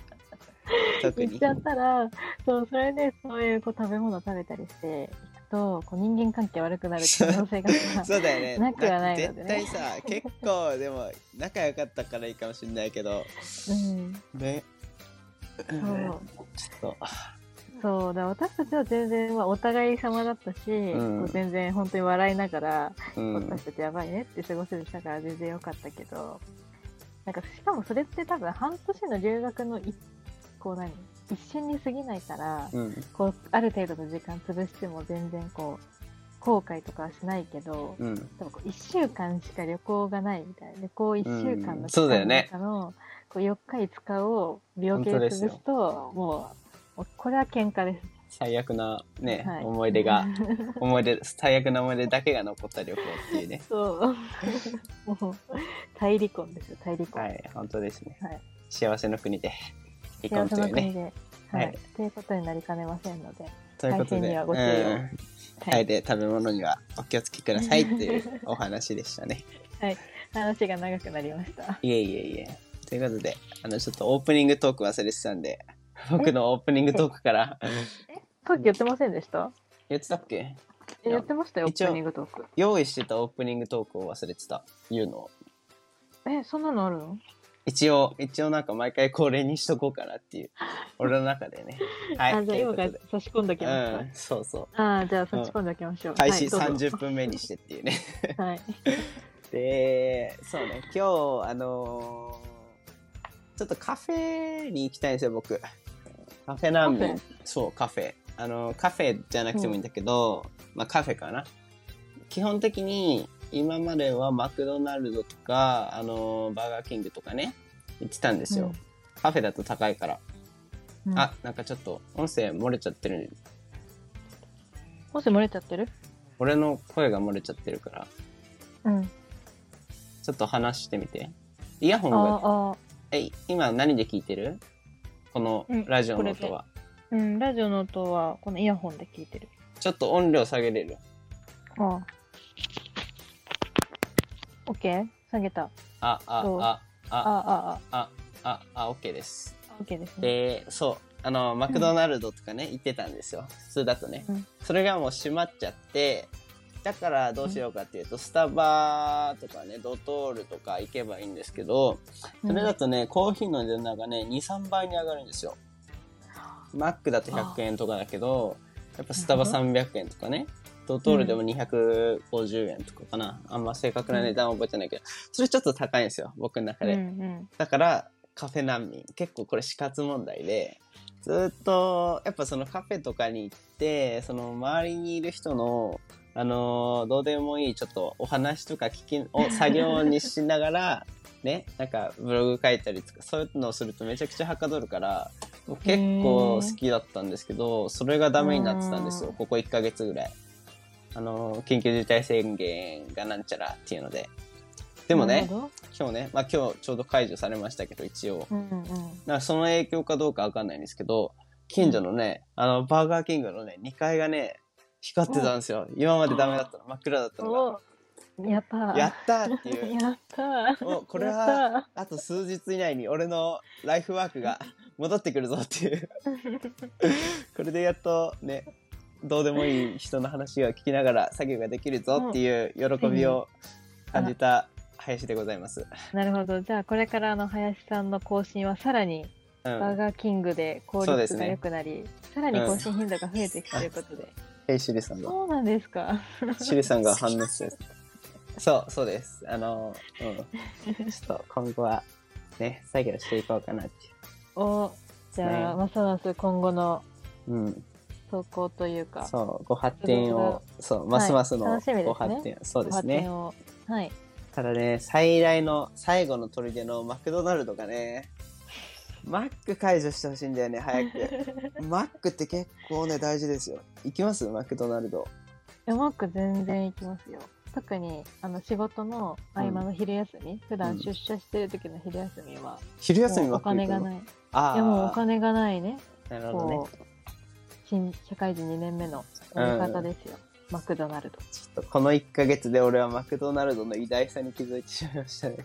Speaker 1: 特
Speaker 2: 行っ
Speaker 1: に
Speaker 2: ちゃったらそうそれでそういうこう食べ物食べたりして行くとこう人間関係悪くなる可能性が
Speaker 1: [LAUGHS]
Speaker 2: さ
Speaker 1: そうだよね
Speaker 2: なくはないのでね
Speaker 1: 絶対さ結構でも仲良かったからいいかもしれないけど
Speaker 2: うん
Speaker 1: ねう
Speaker 2: そう
Speaker 1: ちょっと
Speaker 2: そうだ私たちは全然、まあ、お互い様だったし、
Speaker 1: ん
Speaker 2: こう全然本当に笑いながら、
Speaker 1: うん
Speaker 2: 私たちやばいねって過ごせてたから全然良かったけどなんかしかもそれって多分半年の留学のいこう何一瞬に過ぎないから、
Speaker 1: うん
Speaker 2: こうある程度の時間潰しても全然こう後悔とかはしないけど、
Speaker 1: うん
Speaker 2: 多分こう1週間しか旅行がないみたいな旅行1週間
Speaker 1: うん
Speaker 2: の
Speaker 1: そうだよね
Speaker 2: 中のこう4日5日を病気で
Speaker 1: 本当です
Speaker 2: 潰
Speaker 1: よ
Speaker 2: すともうもうこれは喧嘩です。
Speaker 1: 最悪なね、
Speaker 2: はい
Speaker 1: 思い出
Speaker 2: [LAUGHS]
Speaker 1: が思い出最悪な思い出だけが残った旅行っていう
Speaker 2: [LAUGHS]
Speaker 1: ね
Speaker 2: そう。もう、大離婚ですよ、大離婚。
Speaker 1: は、い本当ですね、
Speaker 2: はい
Speaker 1: 幸せの国で離婚
Speaker 2: 幸せ
Speaker 1: というね
Speaker 2: の国で、はい、
Speaker 1: はい
Speaker 2: ということになりかねませんので。
Speaker 1: ということ
Speaker 2: 体験
Speaker 1: で、
Speaker 2: には
Speaker 1: う
Speaker 2: ご注意を
Speaker 1: ん、タイで食べ物にはお気をつけくださいっていうお話でしたね。
Speaker 2: 話が長くなりました。
Speaker 1: いえいえいえ。ということで、あの、ちょっとオープニングトーク忘れてたん
Speaker 2: [LAUGHS]
Speaker 1: で、僕のオープニングトークから、
Speaker 2: さっき言ってませんでした
Speaker 1: 言ってたっけ
Speaker 2: え言ってましたよ、オ
Speaker 1: 一応
Speaker 2: ープニングトーク。
Speaker 1: 用意してたオープニングトークを忘れてた、言うのを。
Speaker 2: え、そんなのあるの
Speaker 1: 一応、一応なんか毎回恒例にしとこうかなって
Speaker 2: [LAUGHS]
Speaker 1: いう、俺の中でね。はい。
Speaker 2: あ、じ
Speaker 1: と
Speaker 2: ゃあ
Speaker 1: いう
Speaker 2: 今
Speaker 1: こ
Speaker 2: から
Speaker 1: とで。
Speaker 2: 差し込んでおきます
Speaker 1: うん、そうそう。
Speaker 2: か。ああ、じゃあ差し込んでおきましょう。
Speaker 1: 開始
Speaker 2: はいどうぞ
Speaker 1: 30分目にしてっていうね。
Speaker 2: [LAUGHS] はい。
Speaker 1: でそうね今日あのちょっとカフェに行きたいんですよ、僕。カフェ難
Speaker 2: カフ
Speaker 1: 民。そう、カフェ。あの、カフェじゃなくてもいいんだけど、まあカフェかな。基本的に、今まではマクドナルドとか、あの、バーガーキングとかね、行ってたんですよ。
Speaker 2: うん
Speaker 1: カフェだと高いから。
Speaker 2: うん、
Speaker 1: あ、なんかちょっと音声漏れちゃってる。
Speaker 2: もし漏れちゃってる
Speaker 1: 俺の声が漏れちゃってるから、
Speaker 2: うん。
Speaker 1: ちょっと話してみて。イヤホンが、
Speaker 2: ああ、
Speaker 1: え、今何で聞いてるこの
Speaker 2: うん
Speaker 1: ラジオの
Speaker 2: これ
Speaker 1: 音
Speaker 2: で
Speaker 1: は。
Speaker 2: うん、ラジオの音はこのイヤホンで聞いてる。
Speaker 1: ちょっと音量下げれる。
Speaker 2: ああ。オッケー下げた。
Speaker 1: あ、
Speaker 2: どう
Speaker 1: あ、あ、あ、
Speaker 2: ああ、あ
Speaker 1: あ、あ、あ、オッケーです。
Speaker 2: あ、オッケーですね。
Speaker 1: で、そう、あの、マクドナルドとかね、行ってたんですよ。普通だとね
Speaker 2: うん。
Speaker 1: それがもう閉まっちゃって、だからどうしようかっていうと、スタバとかね、ドトールとか行けばいいんですけど、それだとね、コーヒーの値段がね、2、3倍に上がるんですよ。マックだと100円とかだけど、やっぱスタバ
Speaker 2: な
Speaker 1: 300円とかね、ドトールでも250円とかかな。あんま正確な値段は覚えてないけど、それちょっと高いんですよ、僕の中
Speaker 2: うん、
Speaker 1: で。
Speaker 2: うん、
Speaker 1: だから、カフェ難民。結構これ死活問題で、ずっと、やっぱそのカフェとかに行って、その周りにいる人の、あのーどうでもいいちょっとお話とか聞き、を作業にしながら、ね、なんかブログ書いたりとか、そういうのをするとめちゃくちゃはかどるから、僕結構好きだったんですけど、それがダメになってたんです
Speaker 2: う
Speaker 1: よ
Speaker 2: ん、
Speaker 1: ここ1ヶ月ぐらい。あのー緊急事態宣言がなんちゃらっていうので。でもね
Speaker 2: なる、ほ
Speaker 1: 今日ね、まあ、今日ちょうど解除されましたけど一応
Speaker 2: ど。うん、うん。
Speaker 1: なんかその影響かどうかわかんないんですけど近所のねあのバーガーキングのね2階がね光ってたんですよ今までダメだったの真っ暗だったのが
Speaker 2: おやったー。
Speaker 1: やったーっていう
Speaker 2: [LAUGHS] やったー。
Speaker 1: おこれ
Speaker 2: や
Speaker 1: は
Speaker 2: ったー
Speaker 1: あと数日以内に俺のライフワー
Speaker 2: [LAUGHS]
Speaker 1: クが戻ってくるぞっていうこれでやっとねどうでもいい人の話を聞きながら作業ができるぞっていう喜びを感じた林でございます。
Speaker 2: なるほど。じゃあ、これからの林さんの更新はさらに
Speaker 1: うん
Speaker 2: バーガーキングで効
Speaker 1: そうです
Speaker 2: 率が
Speaker 1: ね
Speaker 2: 良くなり、さらに更新頻度が増えていくということで。
Speaker 1: えいシリさんが
Speaker 2: そうなんですか。
Speaker 1: シリさ
Speaker 2: [LAUGHS]
Speaker 1: んが反応してるそうそうですあの
Speaker 2: [LAUGHS]
Speaker 1: うんちょっと今後はね作業していこうかなってい
Speaker 2: お、じゃあ、ますます今後の
Speaker 1: う、うん、
Speaker 2: 投稿というか、
Speaker 1: そうご発展をそうますますの
Speaker 2: はい楽しみですね
Speaker 1: ご発展、そうです
Speaker 2: 発
Speaker 1: ね
Speaker 2: 展を。はい。
Speaker 1: ただね最大の最後の砦のマクドナルドがねマック解除してほしいんだよね早く
Speaker 2: [LAUGHS]
Speaker 1: マックって結構ね大事ですよ行きますマクドナルド
Speaker 2: うまく全然行きますよ。特にあの仕事の合間の昼休み、普段出社してる時の昼休みは、
Speaker 1: 昼休み
Speaker 2: もう
Speaker 1: マッ
Speaker 2: お
Speaker 1: ク行くの
Speaker 2: 金がない。い
Speaker 1: あ
Speaker 2: やもうお
Speaker 1: あ
Speaker 2: 金がないね。
Speaker 1: なるほどね
Speaker 2: こう、新社会人2年目のやり方ですよ。マクドナルド。
Speaker 1: ちょっとこの1ヶ月で俺はマクドナルドの偉大さに気づいてしまいました [LAUGHS] ね。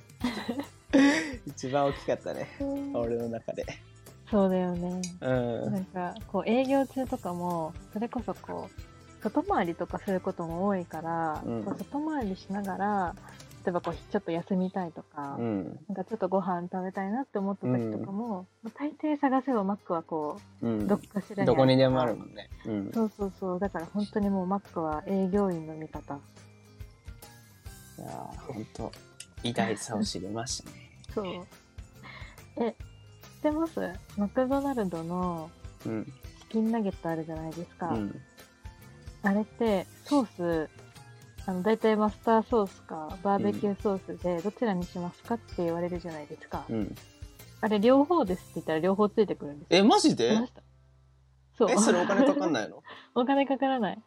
Speaker 1: 一番大きかったね。俺の中で。
Speaker 2: そうだよね。
Speaker 1: うん。
Speaker 2: なんかこう営業中とかもそれこそこう外回りとかすることも多いから、
Speaker 1: うん
Speaker 2: こう外回りしながら例えばこうちょっと休みたいとか、
Speaker 1: うん。
Speaker 2: なんかちょっとご飯食べたいなって思った時とかも、まあ大抵探せばマックはこ
Speaker 1: う。
Speaker 2: うんどっ
Speaker 1: ど
Speaker 2: かしら
Speaker 1: こにでもある
Speaker 2: から
Speaker 1: もんね。うん。
Speaker 2: そうそうそうだから本当にもうマックは営業員の味方
Speaker 1: いやー、ほんと、偉大さを知りましたね。
Speaker 2: そうえ知ってますマクドナルドの
Speaker 1: うん。
Speaker 2: チキンナゲットあるじゃないですか、
Speaker 1: うん。
Speaker 2: あれってソースあの大体マスターソースかバーベキューソースでどちらにしますかって言われるじゃないですか、
Speaker 1: うん。
Speaker 2: あれ両方ですって言ったら両方ついてくるんですよ
Speaker 1: え、マジ
Speaker 2: 知
Speaker 1: で
Speaker 2: ってましたそう
Speaker 1: え、それお金かかん
Speaker 2: い
Speaker 1: ないの
Speaker 2: [LAUGHS] お金かからない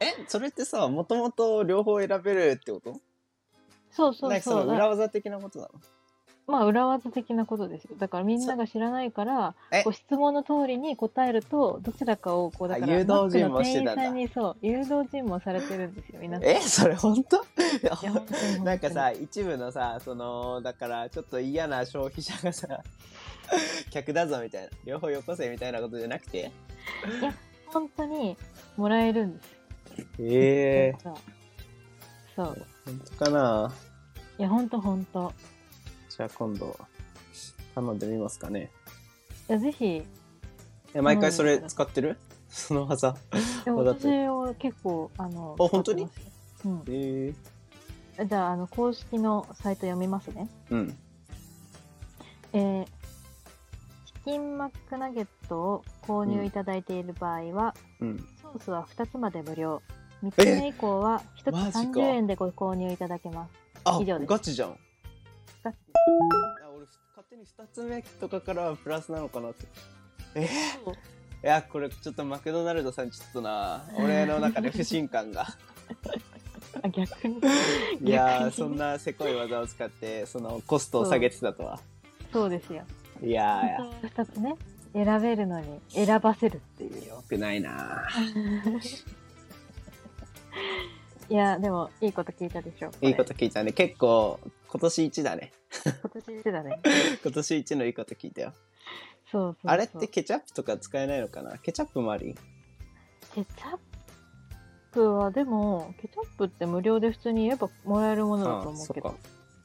Speaker 1: え、それってさ、もともと両方選べるってこと
Speaker 2: そうそ
Speaker 1: な
Speaker 2: うん
Speaker 1: かそ
Speaker 2: そう
Speaker 1: の裏技的なことなの
Speaker 2: まあ裏技的なことですよだからみんなが知らないから
Speaker 1: え
Speaker 2: こう質問の通りに答えるとどちらかをこうだか
Speaker 1: あ
Speaker 2: ら
Speaker 1: 誘導
Speaker 2: マック
Speaker 1: 尋
Speaker 2: の
Speaker 1: 問してたん
Speaker 2: 店員
Speaker 1: だ
Speaker 2: さんにそう誘導尋問されてるんですよ皆さん。
Speaker 1: え、それほんと
Speaker 2: いや本当に本当
Speaker 1: [LAUGHS]
Speaker 2: に
Speaker 1: なんかさ一部のさそのだからちょっと嫌な消費者がさ [LAUGHS] 客だぞみたいな両方よこせみたいなことじゃなくて
Speaker 2: 本当にもらえるんですよ。
Speaker 1: え
Speaker 2: 実はそう
Speaker 1: 本当かない
Speaker 2: や、ほんとほんと。
Speaker 1: じゃあ今度頼んでみますかね
Speaker 2: いや、ぜひ。
Speaker 1: え毎回それ使ってる [LAUGHS] その技
Speaker 2: でも
Speaker 1: わざと
Speaker 2: 私は結構、あの、
Speaker 1: あ本当に
Speaker 2: 使ってますよ
Speaker 1: え
Speaker 2: うん。じゃあ、あの、公式のサイト読みますね。
Speaker 1: うん
Speaker 2: えーキンマックナゲットを購入いただいている場合は、
Speaker 1: うん。
Speaker 2: ソースは2つまで無料。3つ目以降は1
Speaker 1: マ
Speaker 2: つ
Speaker 1: ジか
Speaker 2: 30円でご購入いただけます。
Speaker 1: あ
Speaker 2: 以上です
Speaker 1: ガチじゃん。
Speaker 2: ガチ
Speaker 1: あ俺勝手に2つ目とかからはプラスなのかなってえーいやこれちょっとマクドナルドさんちょっとな俺の中で不信感が
Speaker 2: あ逆に。
Speaker 1: いやー
Speaker 2: 逆
Speaker 1: そ
Speaker 2: に
Speaker 1: んなせこい技を使ってそのコストを下げてたとは
Speaker 2: そうですよ。
Speaker 1: いやーい
Speaker 2: 本当は2つね、選べるのに選ばせるっていう。
Speaker 1: [LAUGHS] やよくないない
Speaker 2: や、でも、いいこと聞いたでしょ。
Speaker 1: いいこと聞いたね結構今年一だね
Speaker 2: これ。今年だね。
Speaker 1: 今年一のいいこと聞いたよ
Speaker 2: そうそうそう
Speaker 1: あれってケチャップとか使えないのかなケチャップもあり
Speaker 2: ケチャップは、でも、ケチャップって無料で普通に言えばもらえるものだと
Speaker 1: あ
Speaker 2: 思う
Speaker 1: そ
Speaker 2: け
Speaker 1: っか
Speaker 2: ど。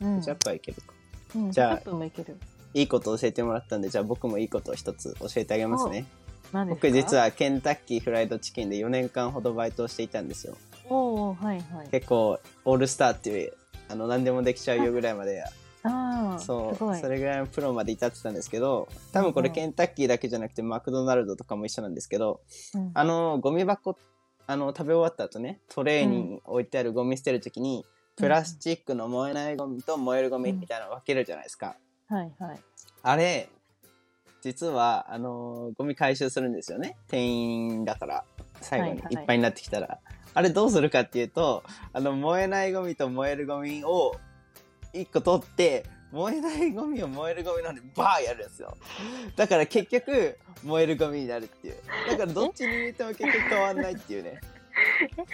Speaker 2: うん、
Speaker 1: ケチャップはいけるか
Speaker 2: うん
Speaker 1: じゃあ
Speaker 2: ケチャップもいける。
Speaker 1: いいこと教えてもらったんでじゃあ僕もいいことを一つ教えてあげますね
Speaker 2: 何ですか
Speaker 1: 僕実
Speaker 2: は。
Speaker 1: はケンタッキーフライドチキンで4年間ほどバイトをしていたんですよ
Speaker 2: おおはいはい。
Speaker 1: 結構オールスターっていうあの何でもできちゃうよぐらいまで
Speaker 2: ああ、す
Speaker 1: そう
Speaker 2: ごい。
Speaker 1: それぐらいのプロまで至ってたんですけど多分これ
Speaker 2: うん
Speaker 1: ケンタッキーだけじゃなくてマクドナルドとかも一緒なんですけど
Speaker 2: うん
Speaker 1: あのゴミ箱あの食べ終わった後ねトレーに置いてあるゴミ捨てる時に、プラスチックの燃えないゴミと燃えるゴミみたいなの分けるじゃないですか、
Speaker 2: はいはい。
Speaker 1: あれ実はあのゴミ回収するんですよね店員だから最後に
Speaker 2: はいはい
Speaker 1: いっぱいになってきたら、あれどうするかっていうとあの燃えないゴミと燃えるゴミを1個取って燃えないゴミを燃えるゴミなんでバーやるんですよだから結局燃えるゴミになるっていうだからどっちに入れても結局変わんないって
Speaker 2: [LAUGHS]
Speaker 1: いうね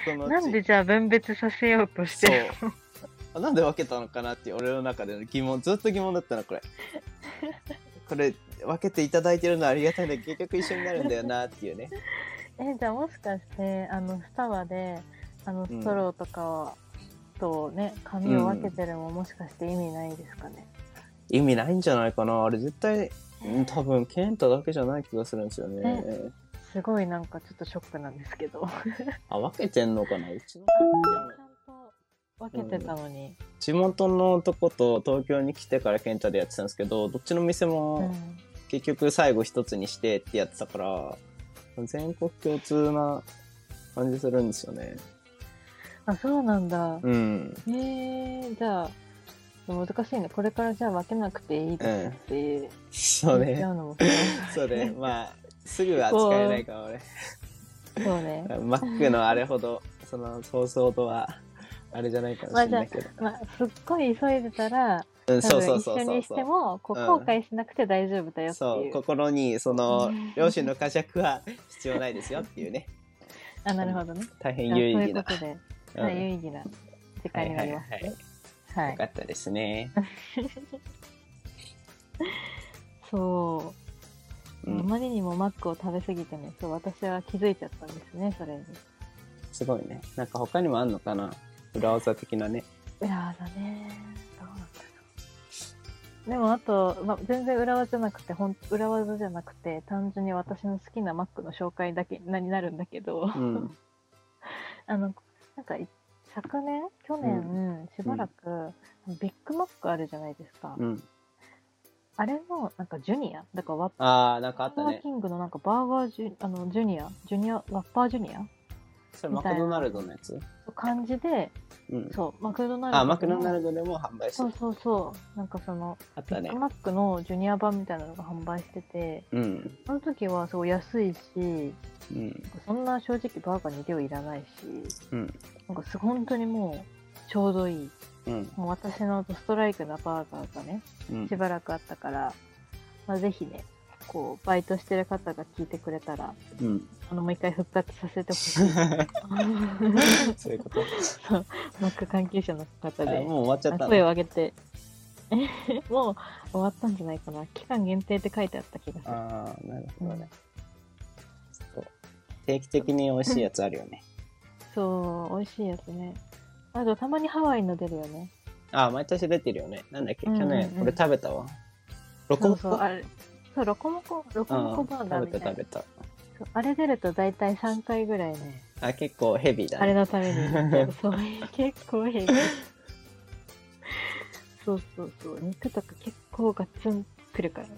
Speaker 1: そのうち
Speaker 2: なんでじゃあ分別させようとしてる
Speaker 1: そう [LAUGHS] あなんで分けたのかなっていう俺の中での疑問ずっと疑問だったの [LAUGHS] これこれ分けていただいてるのはありがたいんだけど結局一緒になるんだよなっていうね
Speaker 2: えじゃあもしかしてあの双葉であのストローとかとね、紙を分けてるのももしかして意味ないですかね、
Speaker 1: 意味ないんじゃないかなあれ絶対うん多分ケンタだけじゃない気がするんですよね
Speaker 2: すごいなんかちょっとショックなんですけどち
Speaker 1: あ分けてんのかなうちの
Speaker 2: ゃんと分けてたのに、
Speaker 1: 地元のとこと東京に来てからケンタでやってたんですけどどっちの店
Speaker 2: うん
Speaker 1: も結局最後一つにしてってやってたから全国共通な感じするんですよね
Speaker 2: あそうなんだ、
Speaker 1: うん
Speaker 2: へえじゃあ難しいねこれからじゃあ分けなくていいですって
Speaker 1: そ
Speaker 2: 言
Speaker 1: う
Speaker 2: っち
Speaker 1: ね
Speaker 2: ゃうのも
Speaker 1: そうね、まあ、すぐは使えないから俺。
Speaker 2: そうね
Speaker 1: マックのあれほど、そのソースほどは、あれじゃないかもしれないけど。
Speaker 2: まあすっごい急いでたら
Speaker 1: うん、
Speaker 2: 多
Speaker 1: そう
Speaker 2: 分
Speaker 1: そう
Speaker 2: 一
Speaker 1: そう
Speaker 2: 緒
Speaker 1: そう
Speaker 2: にして
Speaker 1: そう。
Speaker 2: もこう
Speaker 1: うん
Speaker 2: 後悔しなくて大丈夫だよって
Speaker 1: そ、
Speaker 2: いうう
Speaker 1: 心に、その
Speaker 2: うん、
Speaker 1: 両親の呵責は必要ないですよっていうね、
Speaker 2: あなるほどね
Speaker 1: 大変
Speaker 2: あそう
Speaker 1: 有意
Speaker 2: い
Speaker 1: 義
Speaker 2: うこ
Speaker 1: な。
Speaker 2: とで、
Speaker 1: うん
Speaker 2: はい有意義な時間になりますね。はい
Speaker 1: よかったですね。
Speaker 2: そうう、あ
Speaker 1: ん、
Speaker 2: まりにもマックを食べ過ぎてね、そう私は気づいちゃったんですね、それに。い
Speaker 1: すごいね。なんか他にもあんのかな裏技的なね。
Speaker 2: やーだねどうなんだろう。でもあと、ま、全然裏技じゃなくて、ほん裏技じゃなくて、単純に私の好きなマックの紹介だけなになるんだけど、 [LAUGHS]
Speaker 1: うん。
Speaker 2: あの、なんかい昨年、去年、しばらく、ビッグマックあるじゃないですか。
Speaker 1: うん。
Speaker 2: あれの、なんかジュニアだからワッ
Speaker 1: あー、なんかあっ
Speaker 2: バー
Speaker 1: た
Speaker 2: ガー
Speaker 1: ね
Speaker 2: キ。ングのなんかバーガージュあのジュニア、ジュニア、ワッパージュニア
Speaker 1: それマクドナルドのやつ
Speaker 2: 感じで、
Speaker 1: うん。
Speaker 2: そう、マクドナルドの。
Speaker 1: あ、マクドナルドでも販売して
Speaker 2: そう
Speaker 1: る。
Speaker 2: そうそう。なんかその、
Speaker 1: あった
Speaker 2: ビッ
Speaker 1: ね
Speaker 2: グ。マックのジュニア版みたいなのが販売してて、
Speaker 1: うん。
Speaker 2: その時はすごい安いし、
Speaker 1: うん。
Speaker 2: そんな正直バーガーに量いらないし、
Speaker 1: うん。
Speaker 2: なんかすごい本当にもう、ちょうどいい。
Speaker 1: うん。
Speaker 2: もう私のストライクなバーガーがね、
Speaker 1: うん
Speaker 2: しばらくあったから、まあ、ぜひね、こう、バイトしてる方が聞いてくれたら、
Speaker 1: うん。
Speaker 2: あの、もう一回復活させてほしい。
Speaker 1: [LAUGHS] そういうこと。
Speaker 2: マック関係者の方
Speaker 1: あも
Speaker 2: で
Speaker 1: う終わっちゃった
Speaker 2: 声を
Speaker 1: の。
Speaker 2: 上げて [LAUGHS] もう終わったんじゃないかな期間限定って書いてあった気がする
Speaker 1: ああ、なるほ
Speaker 2: う
Speaker 1: ど
Speaker 2: ん
Speaker 1: ね。そう定期的に美味しいやつあるよね。
Speaker 2: そう美味しいやつねあとたまにハワイの出るよね
Speaker 1: ああ、毎年出てるよね。なんだっけ、
Speaker 2: うんうん
Speaker 1: 去
Speaker 2: うん
Speaker 1: 年俺食べたわ。ロコモコ
Speaker 2: そうそうあれそうロコモコロコモコバーガー
Speaker 1: うん
Speaker 2: みた
Speaker 1: 食べ
Speaker 2: い
Speaker 1: た
Speaker 2: な
Speaker 1: 食べた。
Speaker 2: そうあれ出ると大体3回ぐらいね
Speaker 1: あ、結構ヘビーだ
Speaker 2: あれ
Speaker 1: ね。
Speaker 2: のためにそう結構平気そうそうそう肉とか結構ガツンくるからね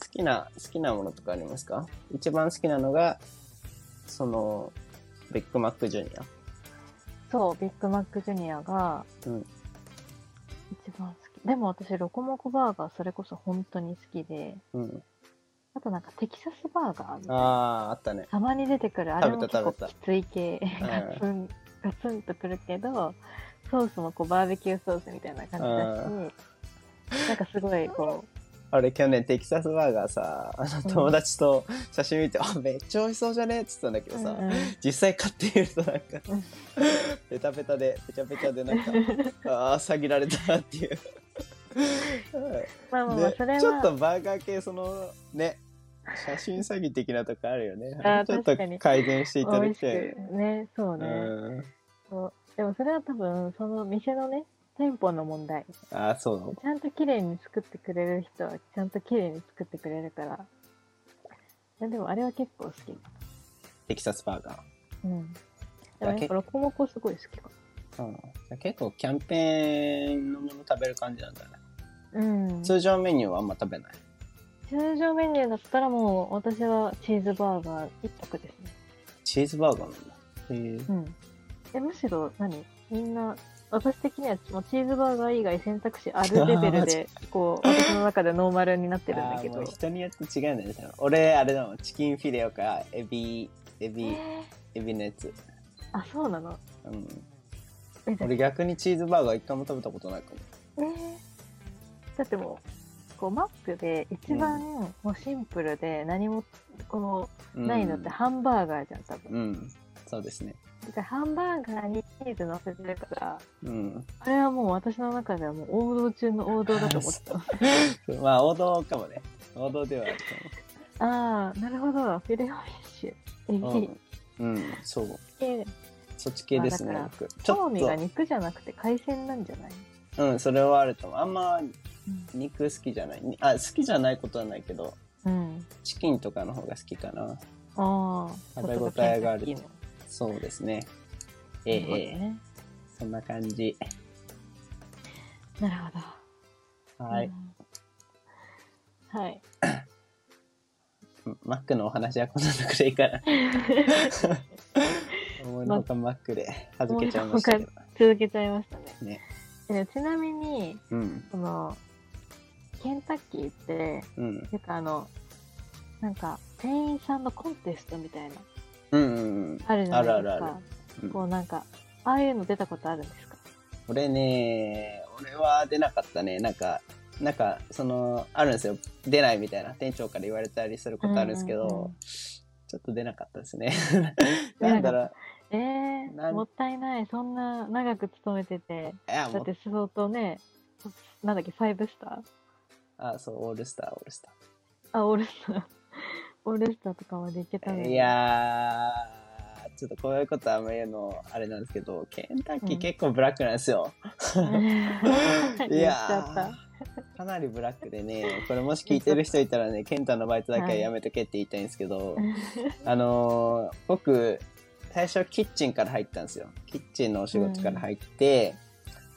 Speaker 1: 好きな、好きなものとかありますか一番好きなのが、その、ビッグマックジュニア。
Speaker 2: そう、ビッグマックジュニアが
Speaker 1: うん。
Speaker 2: 一番好き。でも私、ロコモコバーガー、それこそ本当に好きで、
Speaker 1: うん。
Speaker 2: あとなんかテキサスバーガーみたいな。
Speaker 1: ああー、あったね。
Speaker 2: たまに出てくる、あれも結構
Speaker 1: 食べた
Speaker 2: きつい系。
Speaker 1: べた
Speaker 2: ガツン、ガツンとくるけど、ソースもこうバーベキューソースみたいな感じだし、なんかすごいこう、
Speaker 1: あれ、去年テキサスバーガーさ、あの
Speaker 2: うん
Speaker 1: 友達と写真見て、あ、めっちゃ美味しそうじゃねっつったんだけどさ、
Speaker 2: うんうん
Speaker 1: 実際買ってみると
Speaker 2: [LAUGHS]
Speaker 1: なんか
Speaker 2: うん、
Speaker 1: ペタペタで、ペチャペチャでなんか、ああ、詐欺られたなって
Speaker 2: [LAUGHS]
Speaker 1: いう。はい
Speaker 2: まあまあまあ、
Speaker 1: で
Speaker 2: それは。
Speaker 1: ちょっとバーガー系そのね写真詐欺的なとこあるよね
Speaker 2: あー
Speaker 1: ちょっと
Speaker 2: 確かに
Speaker 1: 改善していただき
Speaker 2: 美味した
Speaker 1: い、
Speaker 2: くね、そう
Speaker 1: う
Speaker 2: ね。
Speaker 1: ん
Speaker 2: そうでもそれは多分、その店のね、店舗の問題。
Speaker 1: あーそうなの
Speaker 2: ちゃんと綺麗に作ってくれる人は、ちゃんと綺麗に作ってくれるから。いやでもあれは結構好き。
Speaker 1: テキサスバーガ
Speaker 2: うん。でもやっぱロコモコすごい好きか
Speaker 1: ー、うん、結構キャンペーンのもの食べる感じなんだね
Speaker 2: な。うん。通
Speaker 1: 通常メニューはあんま食べない
Speaker 2: 常メニューだったらもう、私はチーズバーガー一択ですね。
Speaker 1: チーズバーガーなんだへー
Speaker 2: うん。え、むしろ何みんな、私的にはもうチーズバーガー以外選択肢あるレベ
Speaker 1: [LAUGHS]
Speaker 2: ルで、こう、私の中でノーマルになってるんだ
Speaker 1: あ
Speaker 2: け
Speaker 1: ーも
Speaker 2: ど
Speaker 1: う。人によって違うんだねその俺あれだもんチキンフィレオかエビエビエビのやつ、
Speaker 2: あ、そうなの
Speaker 1: うん、
Speaker 2: え、じゃあ
Speaker 1: 俺逆にチーズバーガー一回も食べたことないかも
Speaker 2: えーだってもうこうマップで一番もうシンプルで何もこの
Speaker 1: うん
Speaker 2: ないのってハンバーガーじゃん多分、
Speaker 1: うんそうですね
Speaker 2: だからハンバーガーにチーズ乗せてるから
Speaker 1: うん [LAUGHS]
Speaker 2: あれはもう私の中ではもう王道中の王道だと思ってた
Speaker 1: まあ王道かもね王道ではある
Speaker 2: ああなるほどフィレオフィッシ
Speaker 1: と
Speaker 2: ュエ
Speaker 1: 思
Speaker 2: ビ
Speaker 1: う、うん、うん、そう
Speaker 2: 系
Speaker 1: そっち系ですね
Speaker 2: まあだか
Speaker 1: 僕ちょ
Speaker 2: 興
Speaker 1: っ
Speaker 2: 味が肉じゃなくて海鮮なんじゃない、
Speaker 1: とうんそれはあると思うあんま肉好きじゃないにあ好きじゃないことはないけど
Speaker 2: うん
Speaker 1: チキンとかの方が好きかな
Speaker 2: ああ
Speaker 1: 食べ応えがある
Speaker 2: ちょっと
Speaker 1: そうですね
Speaker 2: ケ
Speaker 1: ええ
Speaker 2: ンタッキーの
Speaker 1: ええそんな感じ
Speaker 2: なるほど
Speaker 1: はい、
Speaker 2: うんはい
Speaker 1: マックのお話はこんなとこでいい
Speaker 2: [LAUGHS]
Speaker 1: かな思いのほかマックではじけちゃいましたけど
Speaker 2: 続けちゃいました
Speaker 1: ね
Speaker 2: ね。えちなみに、
Speaker 1: うん
Speaker 2: その、ケンタッキーって、
Speaker 1: うん
Speaker 2: なんかあの、なんか、店員さんのコンテストみたいな、
Speaker 1: うんうん
Speaker 2: あるじゃな
Speaker 1: ある
Speaker 2: いですか。
Speaker 1: あるあるうん
Speaker 2: こうなんか、ああいうの出たことあるんですか
Speaker 1: 俺ね、俺は出なかったね。なんか、なんか、その、あるんですよ。出ないみたいな、店長から言われたりすることあるんですけど、
Speaker 2: うんうんうん
Speaker 1: ちょっと出なかったです
Speaker 2: [LAUGHS]
Speaker 1: ね。
Speaker 2: 出なかった
Speaker 1: なんだろう、
Speaker 2: え
Speaker 1: な
Speaker 2: ー、
Speaker 1: ん
Speaker 2: もったいない。そんな長く勤めてて、
Speaker 1: いや、も
Speaker 2: だっ
Speaker 1: う、
Speaker 2: て相当ね、なんだっけ、ファイブスター
Speaker 1: あ、そう、オールスター、オールスタ
Speaker 2: あ、オールスター。 [LAUGHS] オールスターとかまで行けたの
Speaker 1: ー。
Speaker 2: に
Speaker 1: いやー、ちょっとこういうことはあんま言うの、あれなんですけど、ケンタッキ
Speaker 2: う
Speaker 1: ー
Speaker 2: ん
Speaker 1: 結構ブラックなんですよ。い
Speaker 2: [LAUGHS] 言っちゃった
Speaker 1: やー、かなりブラックでね、これもし聞いてる人いたら
Speaker 2: [LAUGHS]
Speaker 1: ね、ケンタのバイトだけはやめとけって言いたいんですけど、あのー僕最初キッチンから入ったんですよキッチンのお仕事から入って、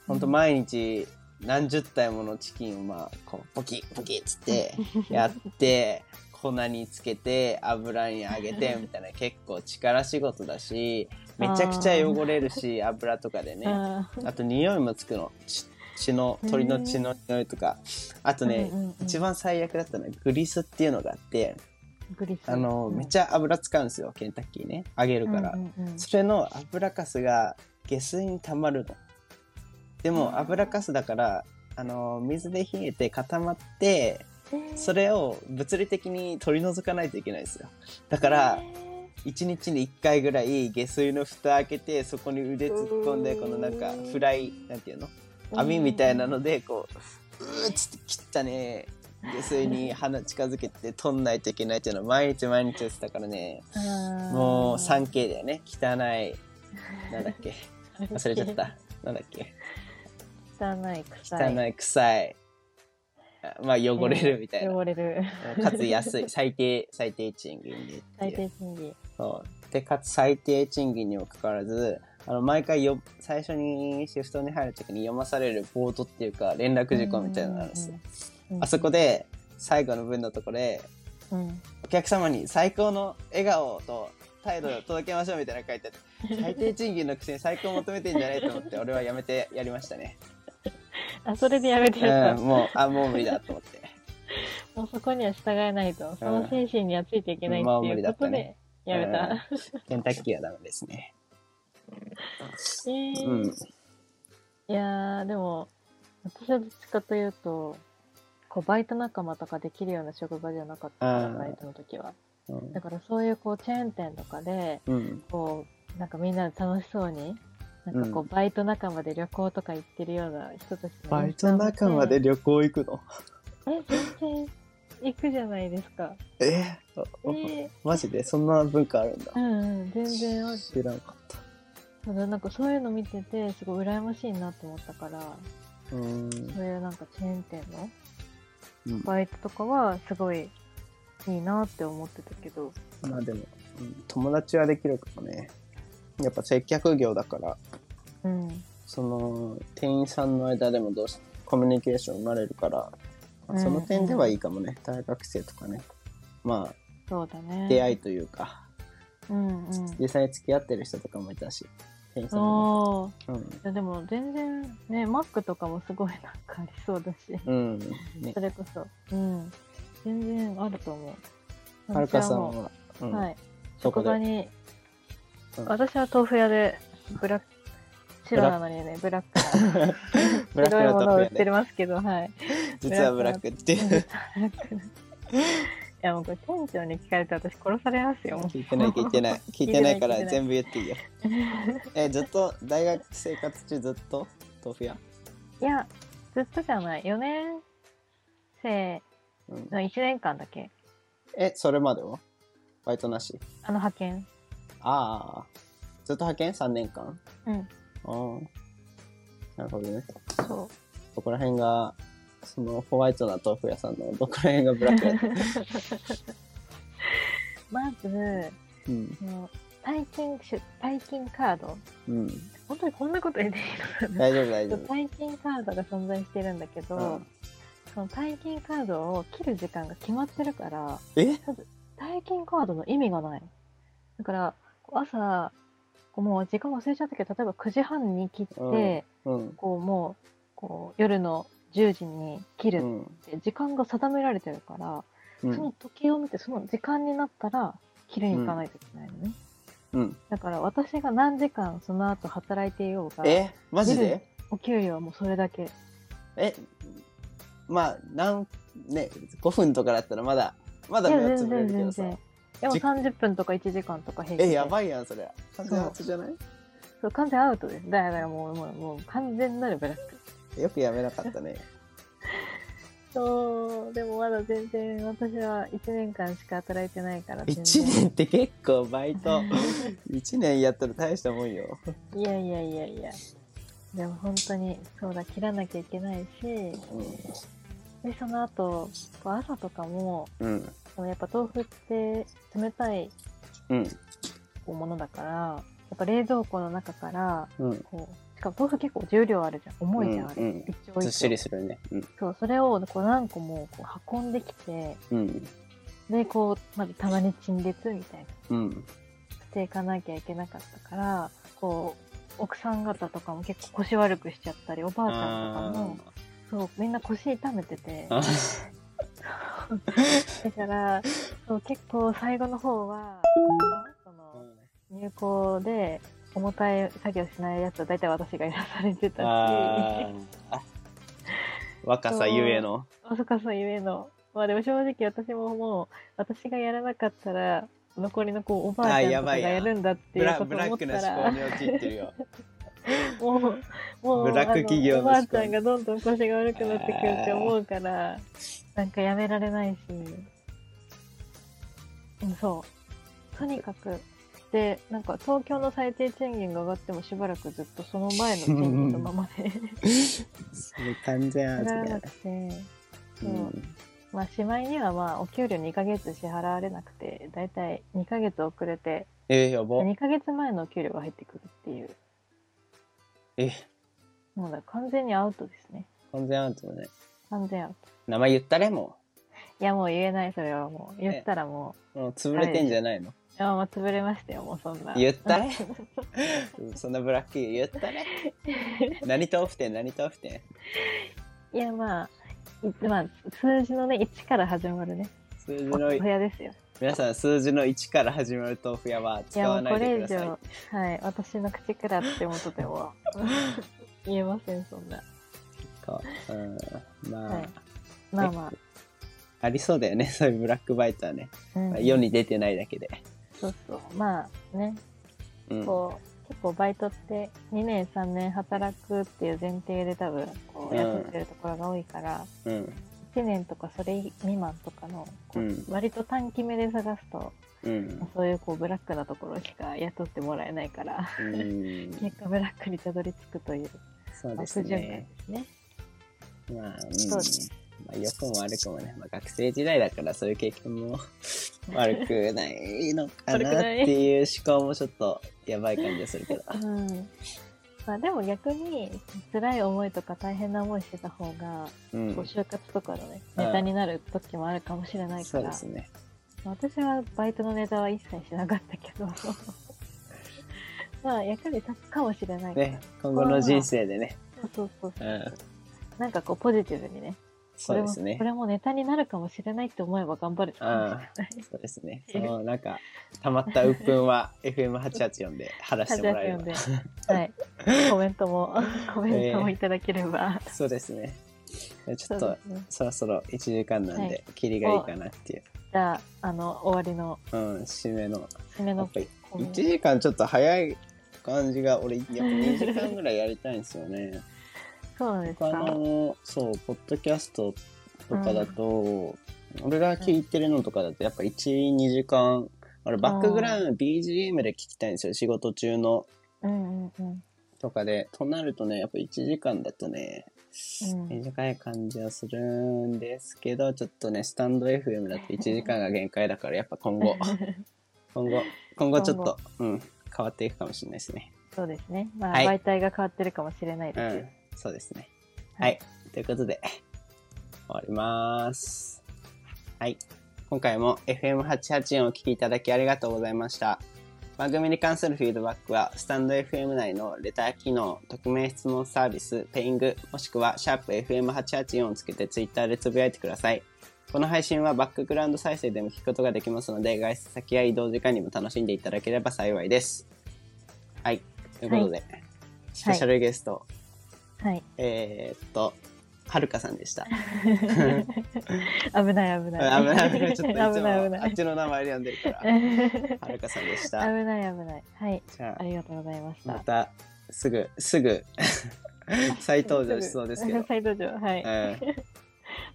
Speaker 1: ほんと毎日何十体ものチキンをまあこうポキッポキッつっ
Speaker 2: [LAUGHS]
Speaker 1: てやって粉につけて油に揚げてみたいな結構力仕事だしめちゃくちゃ汚れるし油とかでね
Speaker 2: あ
Speaker 1: あと匂いもつくの血血の鳥の血の匂いとかあと
Speaker 2: ー
Speaker 1: ね、
Speaker 2: うんうんうん
Speaker 1: 一番最悪だったのはグリスっていうのがあって
Speaker 2: グリス
Speaker 1: あの、めっちゃ油使うんですよケンタッキーね揚げるから、
Speaker 2: うんうんうん
Speaker 1: それの油かすが下水にたまるので
Speaker 2: あ
Speaker 1: も
Speaker 2: ー
Speaker 1: 油かすだからあの水で冷えて固まって
Speaker 2: えー
Speaker 1: それを物理的に取り除かないといけないんですよだから
Speaker 2: え
Speaker 1: 1日に1回ぐらい下水の蓋開けてそこに腕突っ込んで
Speaker 2: うーん
Speaker 1: このなんかフライなんていうの
Speaker 2: ー
Speaker 1: 網みたいなのでこううーっつって切ったね下水に鼻近づけて取んないといけないっていうのを毎日毎日やってたからね
Speaker 2: あー
Speaker 1: もう 3K だよね汚いなんだっけ忘れちゃったなんだっけ
Speaker 2: 汚い臭い
Speaker 1: 汚い臭いあまあ汚れるみたいな、
Speaker 2: 汚れる
Speaker 1: かつ安い最低最低賃金でっていう
Speaker 2: 最低賃金
Speaker 1: そうでかつ最低賃金にもかかわらずあの毎回よ最初にシフトに入る時に読まされるボートっていうか連絡事項みたいなのがあるんですよ
Speaker 2: うんうんうんうん
Speaker 1: あそこで最後の文のところで、
Speaker 2: うん。
Speaker 1: お客様に最高の笑顔と態度を届けましょうみたいなの書いてあ
Speaker 2: [LAUGHS]
Speaker 1: って、最低賃金のくせに最高求めてんじゃないと思って、俺はやめてやりましたね。
Speaker 2: あ、それで [LAUGHS] やめて
Speaker 1: う
Speaker 2: るか。
Speaker 1: ん、もう、あ、もう無理だと思って。
Speaker 2: もうそこには従えないと。その精神にはついていけないっていうことで、やめた。
Speaker 1: ケンタッキーはダメですね。う
Speaker 2: えー
Speaker 1: ん。
Speaker 2: いやー、でも、私はどっちかというと、こう、バイト仲間とかできるような職場じゃなかったか
Speaker 1: あ
Speaker 2: ら、
Speaker 1: ー
Speaker 2: バイトの時
Speaker 1: う
Speaker 2: は。
Speaker 1: ん
Speaker 2: だからそういう、こう、チェーン店とかで、
Speaker 1: うん。
Speaker 2: こう、なんかみんなで楽しそうに、なんかこう、
Speaker 1: う
Speaker 2: バイト仲間で旅行とか行ってるような人たちの
Speaker 1: バイト仲間で旅行行くの
Speaker 2: え、全然行くじゃないですか。
Speaker 1: えー
Speaker 2: えー
Speaker 1: マジでそんな文化あるんだ
Speaker 2: う。んうん、全然ある
Speaker 1: 知らんかった。
Speaker 2: ただなんかそういうの見ててすごい羨ましいなと思ったから
Speaker 1: うーん
Speaker 2: そういうなんかチェーン店の
Speaker 1: うん
Speaker 2: バイトとかはすごいいいなって思ってたけど
Speaker 1: まあでも、うん友達はできるかもね。やっぱ接客業だから、
Speaker 2: うん
Speaker 1: その店員さんの間でもどうしコミュニケーション生まれるから、まあその点ではいいかもね。大学生とかね。ま
Speaker 2: そうだ
Speaker 1: あ、
Speaker 2: ね
Speaker 1: 出会いというか、
Speaker 2: うんうん
Speaker 1: 実際に付き合ってる人とかもいたし、店員さんも。
Speaker 2: おーい
Speaker 1: うん。
Speaker 2: やでも全然ねマックとかもすごいなんかありそうだし
Speaker 1: うん。ね
Speaker 2: そ。れこそうん全然あると思う
Speaker 1: はるかさん
Speaker 2: 私
Speaker 1: は、う
Speaker 2: は
Speaker 1: ん
Speaker 2: もう、はい
Speaker 1: どこ
Speaker 2: 職
Speaker 1: で
Speaker 2: 場に、
Speaker 1: うん
Speaker 2: 私は豆腐屋でブラック白なのにねブラックな
Speaker 1: [LAUGHS] ブラック
Speaker 2: 白い
Speaker 1: の
Speaker 2: も
Speaker 1: 豆
Speaker 2: のを
Speaker 1: 腐
Speaker 2: 売
Speaker 1: 屋
Speaker 2: って
Speaker 1: で、
Speaker 2: ますけど、はい。 [LAUGHS]
Speaker 1: 実はブラックってい
Speaker 2: ブラッ
Speaker 1: う。
Speaker 2: クいや、もうこれ店長に聞かれて私殺されますよ。も
Speaker 1: 聞いてない聞いてない聞いてないから全部言っていいよ
Speaker 2: うい
Speaker 1: えずっと大学生活中ずっと豆腐屋
Speaker 2: や、ずっとじゃない。4年生
Speaker 1: うん
Speaker 2: の1年間だけ。
Speaker 1: えそれまではバイトなし
Speaker 2: あの派遣。
Speaker 1: ああずっと派遣3年間
Speaker 2: うん。
Speaker 1: ああなるほどね [LAUGHS]
Speaker 2: そ
Speaker 1: どこら辺がそのホワイトな豆腐屋さんのどこら辺がブラック
Speaker 2: [LAUGHS]
Speaker 1: やった
Speaker 2: う。まず、
Speaker 1: うん
Speaker 2: その退勤し、退勤カード。
Speaker 1: うん
Speaker 2: 本当にこんなこと言っていいのかな
Speaker 1: 大丈夫大丈夫
Speaker 2: 退勤カードが存在してるんだけど、
Speaker 1: うん
Speaker 2: その退勤カードを切る時間が決まってるから、
Speaker 1: え
Speaker 2: 大金カードの意味がない。だから、こう朝、こうもう時間忘れちゃったけど、例えば9時半に切って、
Speaker 1: うんうん
Speaker 2: こうもう、こう夜の10時に切
Speaker 1: う
Speaker 2: る
Speaker 1: ん
Speaker 2: って、時間が定められてるから、
Speaker 1: う
Speaker 2: そ
Speaker 1: ん
Speaker 2: の時計を見て、その時間になったら、切るに行かないといけないのね。
Speaker 1: うん
Speaker 2: だから私が何時間その後働いていようが、
Speaker 1: えマジで
Speaker 2: お給料はもうそれだけ。
Speaker 1: えまあなんね5分とかだったらまだま
Speaker 2: い
Speaker 1: だ
Speaker 2: や、
Speaker 1: 目はつ
Speaker 2: 全
Speaker 1: ぶれ
Speaker 2: 然
Speaker 1: るけ
Speaker 2: 全
Speaker 1: どさ
Speaker 2: 然。でも
Speaker 1: じ
Speaker 2: 30分とか1時間とか平気
Speaker 1: [LAUGHS] え
Speaker 2: で
Speaker 1: やばいやんそれ完全初じゃない
Speaker 2: そう完全アウトです。だからもう、もう、もう完全なるブラック。
Speaker 1: よくやめなかったね
Speaker 2: [LAUGHS] そう、でもまだ全然私は1年間しか働いてないから。全
Speaker 1: 1
Speaker 2: 然
Speaker 1: 年って結構バイ
Speaker 2: [LAUGHS]
Speaker 1: ト1年やったら大したもんよ
Speaker 2: いやいやいやいや。でも本当に、そうだ、切らなきゃいけないし、で、その後、こう朝とかも、
Speaker 1: うん
Speaker 2: そのやっぱ豆腐って冷たい
Speaker 1: うん
Speaker 2: ものだから、やっぱ冷蔵庫の中から、
Speaker 1: うん
Speaker 2: こう、しかも豆腐結構重量あるじゃん。重いじゃん、あ
Speaker 1: うん
Speaker 2: れ
Speaker 1: うん。
Speaker 2: 一丁一丁
Speaker 1: ずっしりするねうん
Speaker 2: そう、それをこう何個もこう運んできて、
Speaker 1: うん
Speaker 2: で、こう、まずたまに陳列みたいな。
Speaker 1: うん
Speaker 2: していかなきゃいけなかったからこう奥さん方とかも結構腰悪くしちゃったりおばあちゃんとかもそうみんな腰痛めてて
Speaker 1: [LAUGHS] あー
Speaker 2: [LAUGHS] だからそう結構最後の方はその入校で重たい作業しないやつは大体私がやらされてた
Speaker 1: あ
Speaker 2: し
Speaker 1: ーあ若さゆえの
Speaker 2: まさかそうゆえのまあでも正直私ももう私がやらなかったら残りのこうおばあちゃんとかがやるんだって
Speaker 1: ブ
Speaker 2: いう
Speaker 1: ラ
Speaker 2: こ
Speaker 1: ブ
Speaker 2: とを
Speaker 1: ラ
Speaker 2: 思
Speaker 1: ッ
Speaker 2: っ
Speaker 1: ク
Speaker 2: た
Speaker 1: な思考
Speaker 2: ら
Speaker 1: に陥ってるよ
Speaker 2: もう、もう、
Speaker 1: ブラック企業
Speaker 2: あの
Speaker 1: の
Speaker 2: おば
Speaker 1: 思考
Speaker 2: あちゃんがどんどん腰が悪くなってくるって思うから、なんかやめられないし。うん、そう。とにかく。で、なんか東京の最低賃金が上がってもしばらくずっとその前の賃金のままで [LAUGHS]
Speaker 1: それ完全アウ
Speaker 2: 払
Speaker 1: ト
Speaker 2: わ
Speaker 1: だよ
Speaker 2: なくて、
Speaker 1: う
Speaker 2: そう。まあ、しまいにはまあ、お給料2ヶ月支払われなくて、だいたい2ヶ月遅れて、
Speaker 1: えーやば
Speaker 2: 2ヶ月前のお給料が入ってくるっていう、
Speaker 1: え
Speaker 2: もうだから完全にアウトですね。
Speaker 1: 完全アウトだね
Speaker 2: 完全アウト。
Speaker 1: 名前言ったねもう
Speaker 2: いやもう言えないそれはもう言ったらも
Speaker 1: もう潰れてんじゃないの
Speaker 2: う、いやもう潰れましたよもうそんな
Speaker 1: 言っ
Speaker 2: [LAUGHS]
Speaker 1: たねうん [LAUGHS] そんなブラック言ったね何豆腐店何豆腐店
Speaker 2: いやまあいまあ数字のね1から始まるね
Speaker 1: 数字
Speaker 2: お
Speaker 1: の
Speaker 2: 部屋ですよ
Speaker 1: 皆さん数字の1から始まる豆腐屋は使
Speaker 2: いやも
Speaker 1: わ
Speaker 2: う
Speaker 1: な
Speaker 2: こ
Speaker 1: いで
Speaker 2: れ
Speaker 1: く
Speaker 2: 以
Speaker 1: ださ
Speaker 2: 上はい私の口からって元
Speaker 1: [LAUGHS]
Speaker 2: でも言えませんそんな、
Speaker 1: いかうんまあ、
Speaker 2: はい、まあまあ
Speaker 1: ありそうだよね [LAUGHS] そういうブラックバイトはね、
Speaker 2: うん
Speaker 1: まあ世に出てないだけで、
Speaker 2: そうそうまあね
Speaker 1: うん、
Speaker 2: こう結構バイトって2年3年働くっていう前提で多分こ
Speaker 1: う
Speaker 2: う
Speaker 1: ん
Speaker 2: 雇ってるところが多いから、
Speaker 1: うん
Speaker 2: 1年とかそれ未満とかのこう、
Speaker 1: うん
Speaker 2: 割と短期目で探すと
Speaker 1: うん
Speaker 2: そういうこうブラックなところしか雇ってもらえないから [LAUGHS]
Speaker 1: うん
Speaker 2: 結果ブラックにたどり着くという
Speaker 1: そう
Speaker 2: まあ
Speaker 1: です
Speaker 2: 不循環で
Speaker 1: ね
Speaker 2: すね。
Speaker 1: まあ、うん
Speaker 2: そうです
Speaker 1: まあ、良くも悪くもね、まあ、学生時代だからそういう経験も [LAUGHS] 悪くないのか
Speaker 2: 悪
Speaker 1: な
Speaker 2: く
Speaker 1: っ
Speaker 2: ない
Speaker 1: ていう思考もちょっとやばい感じがするけど。
Speaker 2: うんまあ、でも逆に辛い思いとか大変な思いしてた方が、 [LAUGHS]
Speaker 1: うん
Speaker 2: こう、就活とかのね
Speaker 1: うん
Speaker 2: ネタになる時もあるかもしれないか
Speaker 1: そう
Speaker 2: ら、
Speaker 1: ですね。
Speaker 2: 私はバイトのネタは一切しなかったけど [LAUGHS] まあ役に立つかもしれないから、
Speaker 1: ね、今後の人生でね、
Speaker 2: そうそうそうそう、
Speaker 1: うん
Speaker 2: なんかこうポジティブにね
Speaker 1: そうですね
Speaker 2: こ。れもこれもネタになるかもしれないって思えば頑張れたかもしれない
Speaker 1: そうですね。
Speaker 2: う
Speaker 1: そ
Speaker 2: ん
Speaker 1: のなんか、たまった鬱憤
Speaker 2: [LAUGHS]
Speaker 1: は FM884 で話してもらえれば。
Speaker 2: 立ち会って呼んではいコメント
Speaker 1: [LAUGHS]
Speaker 2: もコメントもいただければ、
Speaker 1: そうですね。ち
Speaker 2: そ
Speaker 1: ょ
Speaker 2: う
Speaker 1: っと
Speaker 2: ですね
Speaker 1: そろそろ1時間なん
Speaker 2: は
Speaker 1: で、キリがいいかなっていう、
Speaker 2: じゃああの終わりの
Speaker 1: うん、締めの
Speaker 2: 締め
Speaker 1: や
Speaker 2: の
Speaker 1: っぱり
Speaker 2: コメ
Speaker 1: 1
Speaker 2: ント
Speaker 1: 時間ちょっと早い感じが俺やっぱ2時間ぐらいやりたいんですよね
Speaker 2: そうなんです
Speaker 1: 他
Speaker 2: か
Speaker 1: のそうポッドキャストとかだと、俺が聞いてるのとかだとやっぱ12時間俺バックグラウンド BGM で聞きたいんですよ仕事中の
Speaker 2: うんうんうん
Speaker 1: とかでとなるとねやっぱ1時間だとね
Speaker 2: うん
Speaker 1: 短い感じはするんですけどちょっとねスタンド FM だと1時間が限界だからやっぱ今
Speaker 2: [LAUGHS]
Speaker 1: 後今後今後ちょっとうん変わっていくかもしれないですね
Speaker 2: そうですねまあ、
Speaker 1: はい
Speaker 2: 媒体が変わってるかもしれないで
Speaker 1: う
Speaker 2: すよ
Speaker 1: ん、そうですね。はい。ということで、終わります。はい。今回も FM884 をお聞きいただきありがとうございました。番組に関するフィードバックは、スタンド FM 内のレター機能、匿名質問サービス、ペイング、もしくは、シャープ FM884 をつけて Twitter でつぶやいてください。この配信はバックグラウンド再生でも聞くことができますので、外出先や移動時間にも楽しんでいただければ幸いです。はい。ということで、スペシャルゲスト、
Speaker 2: はい
Speaker 1: えーっと、はるかさんでした。
Speaker 2: [LAUGHS]
Speaker 1: [LAUGHS]
Speaker 2: 危ない危
Speaker 1: 危
Speaker 2: ない
Speaker 1: ない危ない、ちょっといつも
Speaker 2: [LAUGHS] 危ない危な
Speaker 1: あっ
Speaker 2: い
Speaker 1: ちの名前で呼んでるから。
Speaker 2: 危
Speaker 1: はるかさんでし
Speaker 2: な
Speaker 1: た。
Speaker 2: い危ないはい
Speaker 1: じゃ
Speaker 2: ありがとうございまし
Speaker 1: あ、ま
Speaker 2: た。
Speaker 1: た、すぐ、すぐ、 [LAUGHS] 再登場しそうですけど
Speaker 2: 再登場 [LAUGHS] はい、
Speaker 1: うん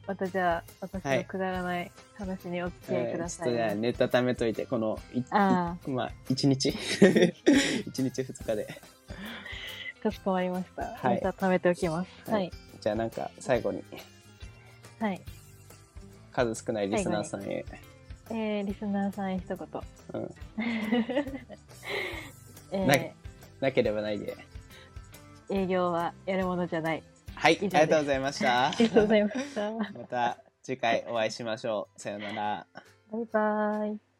Speaker 2: またじゃあ私
Speaker 1: は
Speaker 2: の
Speaker 1: い
Speaker 2: くだらない話にお付き合い
Speaker 1: え
Speaker 2: く
Speaker 1: ー
Speaker 2: だ
Speaker 1: ちょ
Speaker 2: さ
Speaker 1: っと
Speaker 2: い、
Speaker 1: じゃあネタ貯めといて、このい、
Speaker 2: あ
Speaker 1: いまあ、1日 [LAUGHS] 一日2日で。
Speaker 2: かしこまりました、
Speaker 1: はい
Speaker 2: また貯めておきます
Speaker 1: は
Speaker 2: はいい
Speaker 1: じゃあなんか、最後に、
Speaker 2: はい、
Speaker 1: 数少ないリスナーさんへ。
Speaker 2: えー、リスナーさんへ一言、
Speaker 1: う
Speaker 2: [LAUGHS]
Speaker 1: んな
Speaker 2: え
Speaker 1: なければないで。
Speaker 2: ー、営業はやるものじゃない
Speaker 1: はい、あ
Speaker 2: 以
Speaker 1: り
Speaker 2: 上です
Speaker 1: がとうございました。
Speaker 2: あ
Speaker 1: [LAUGHS]
Speaker 2: りがとうございましたバ
Speaker 1: また次回お会いしましょう。さようなら。
Speaker 2: イバイ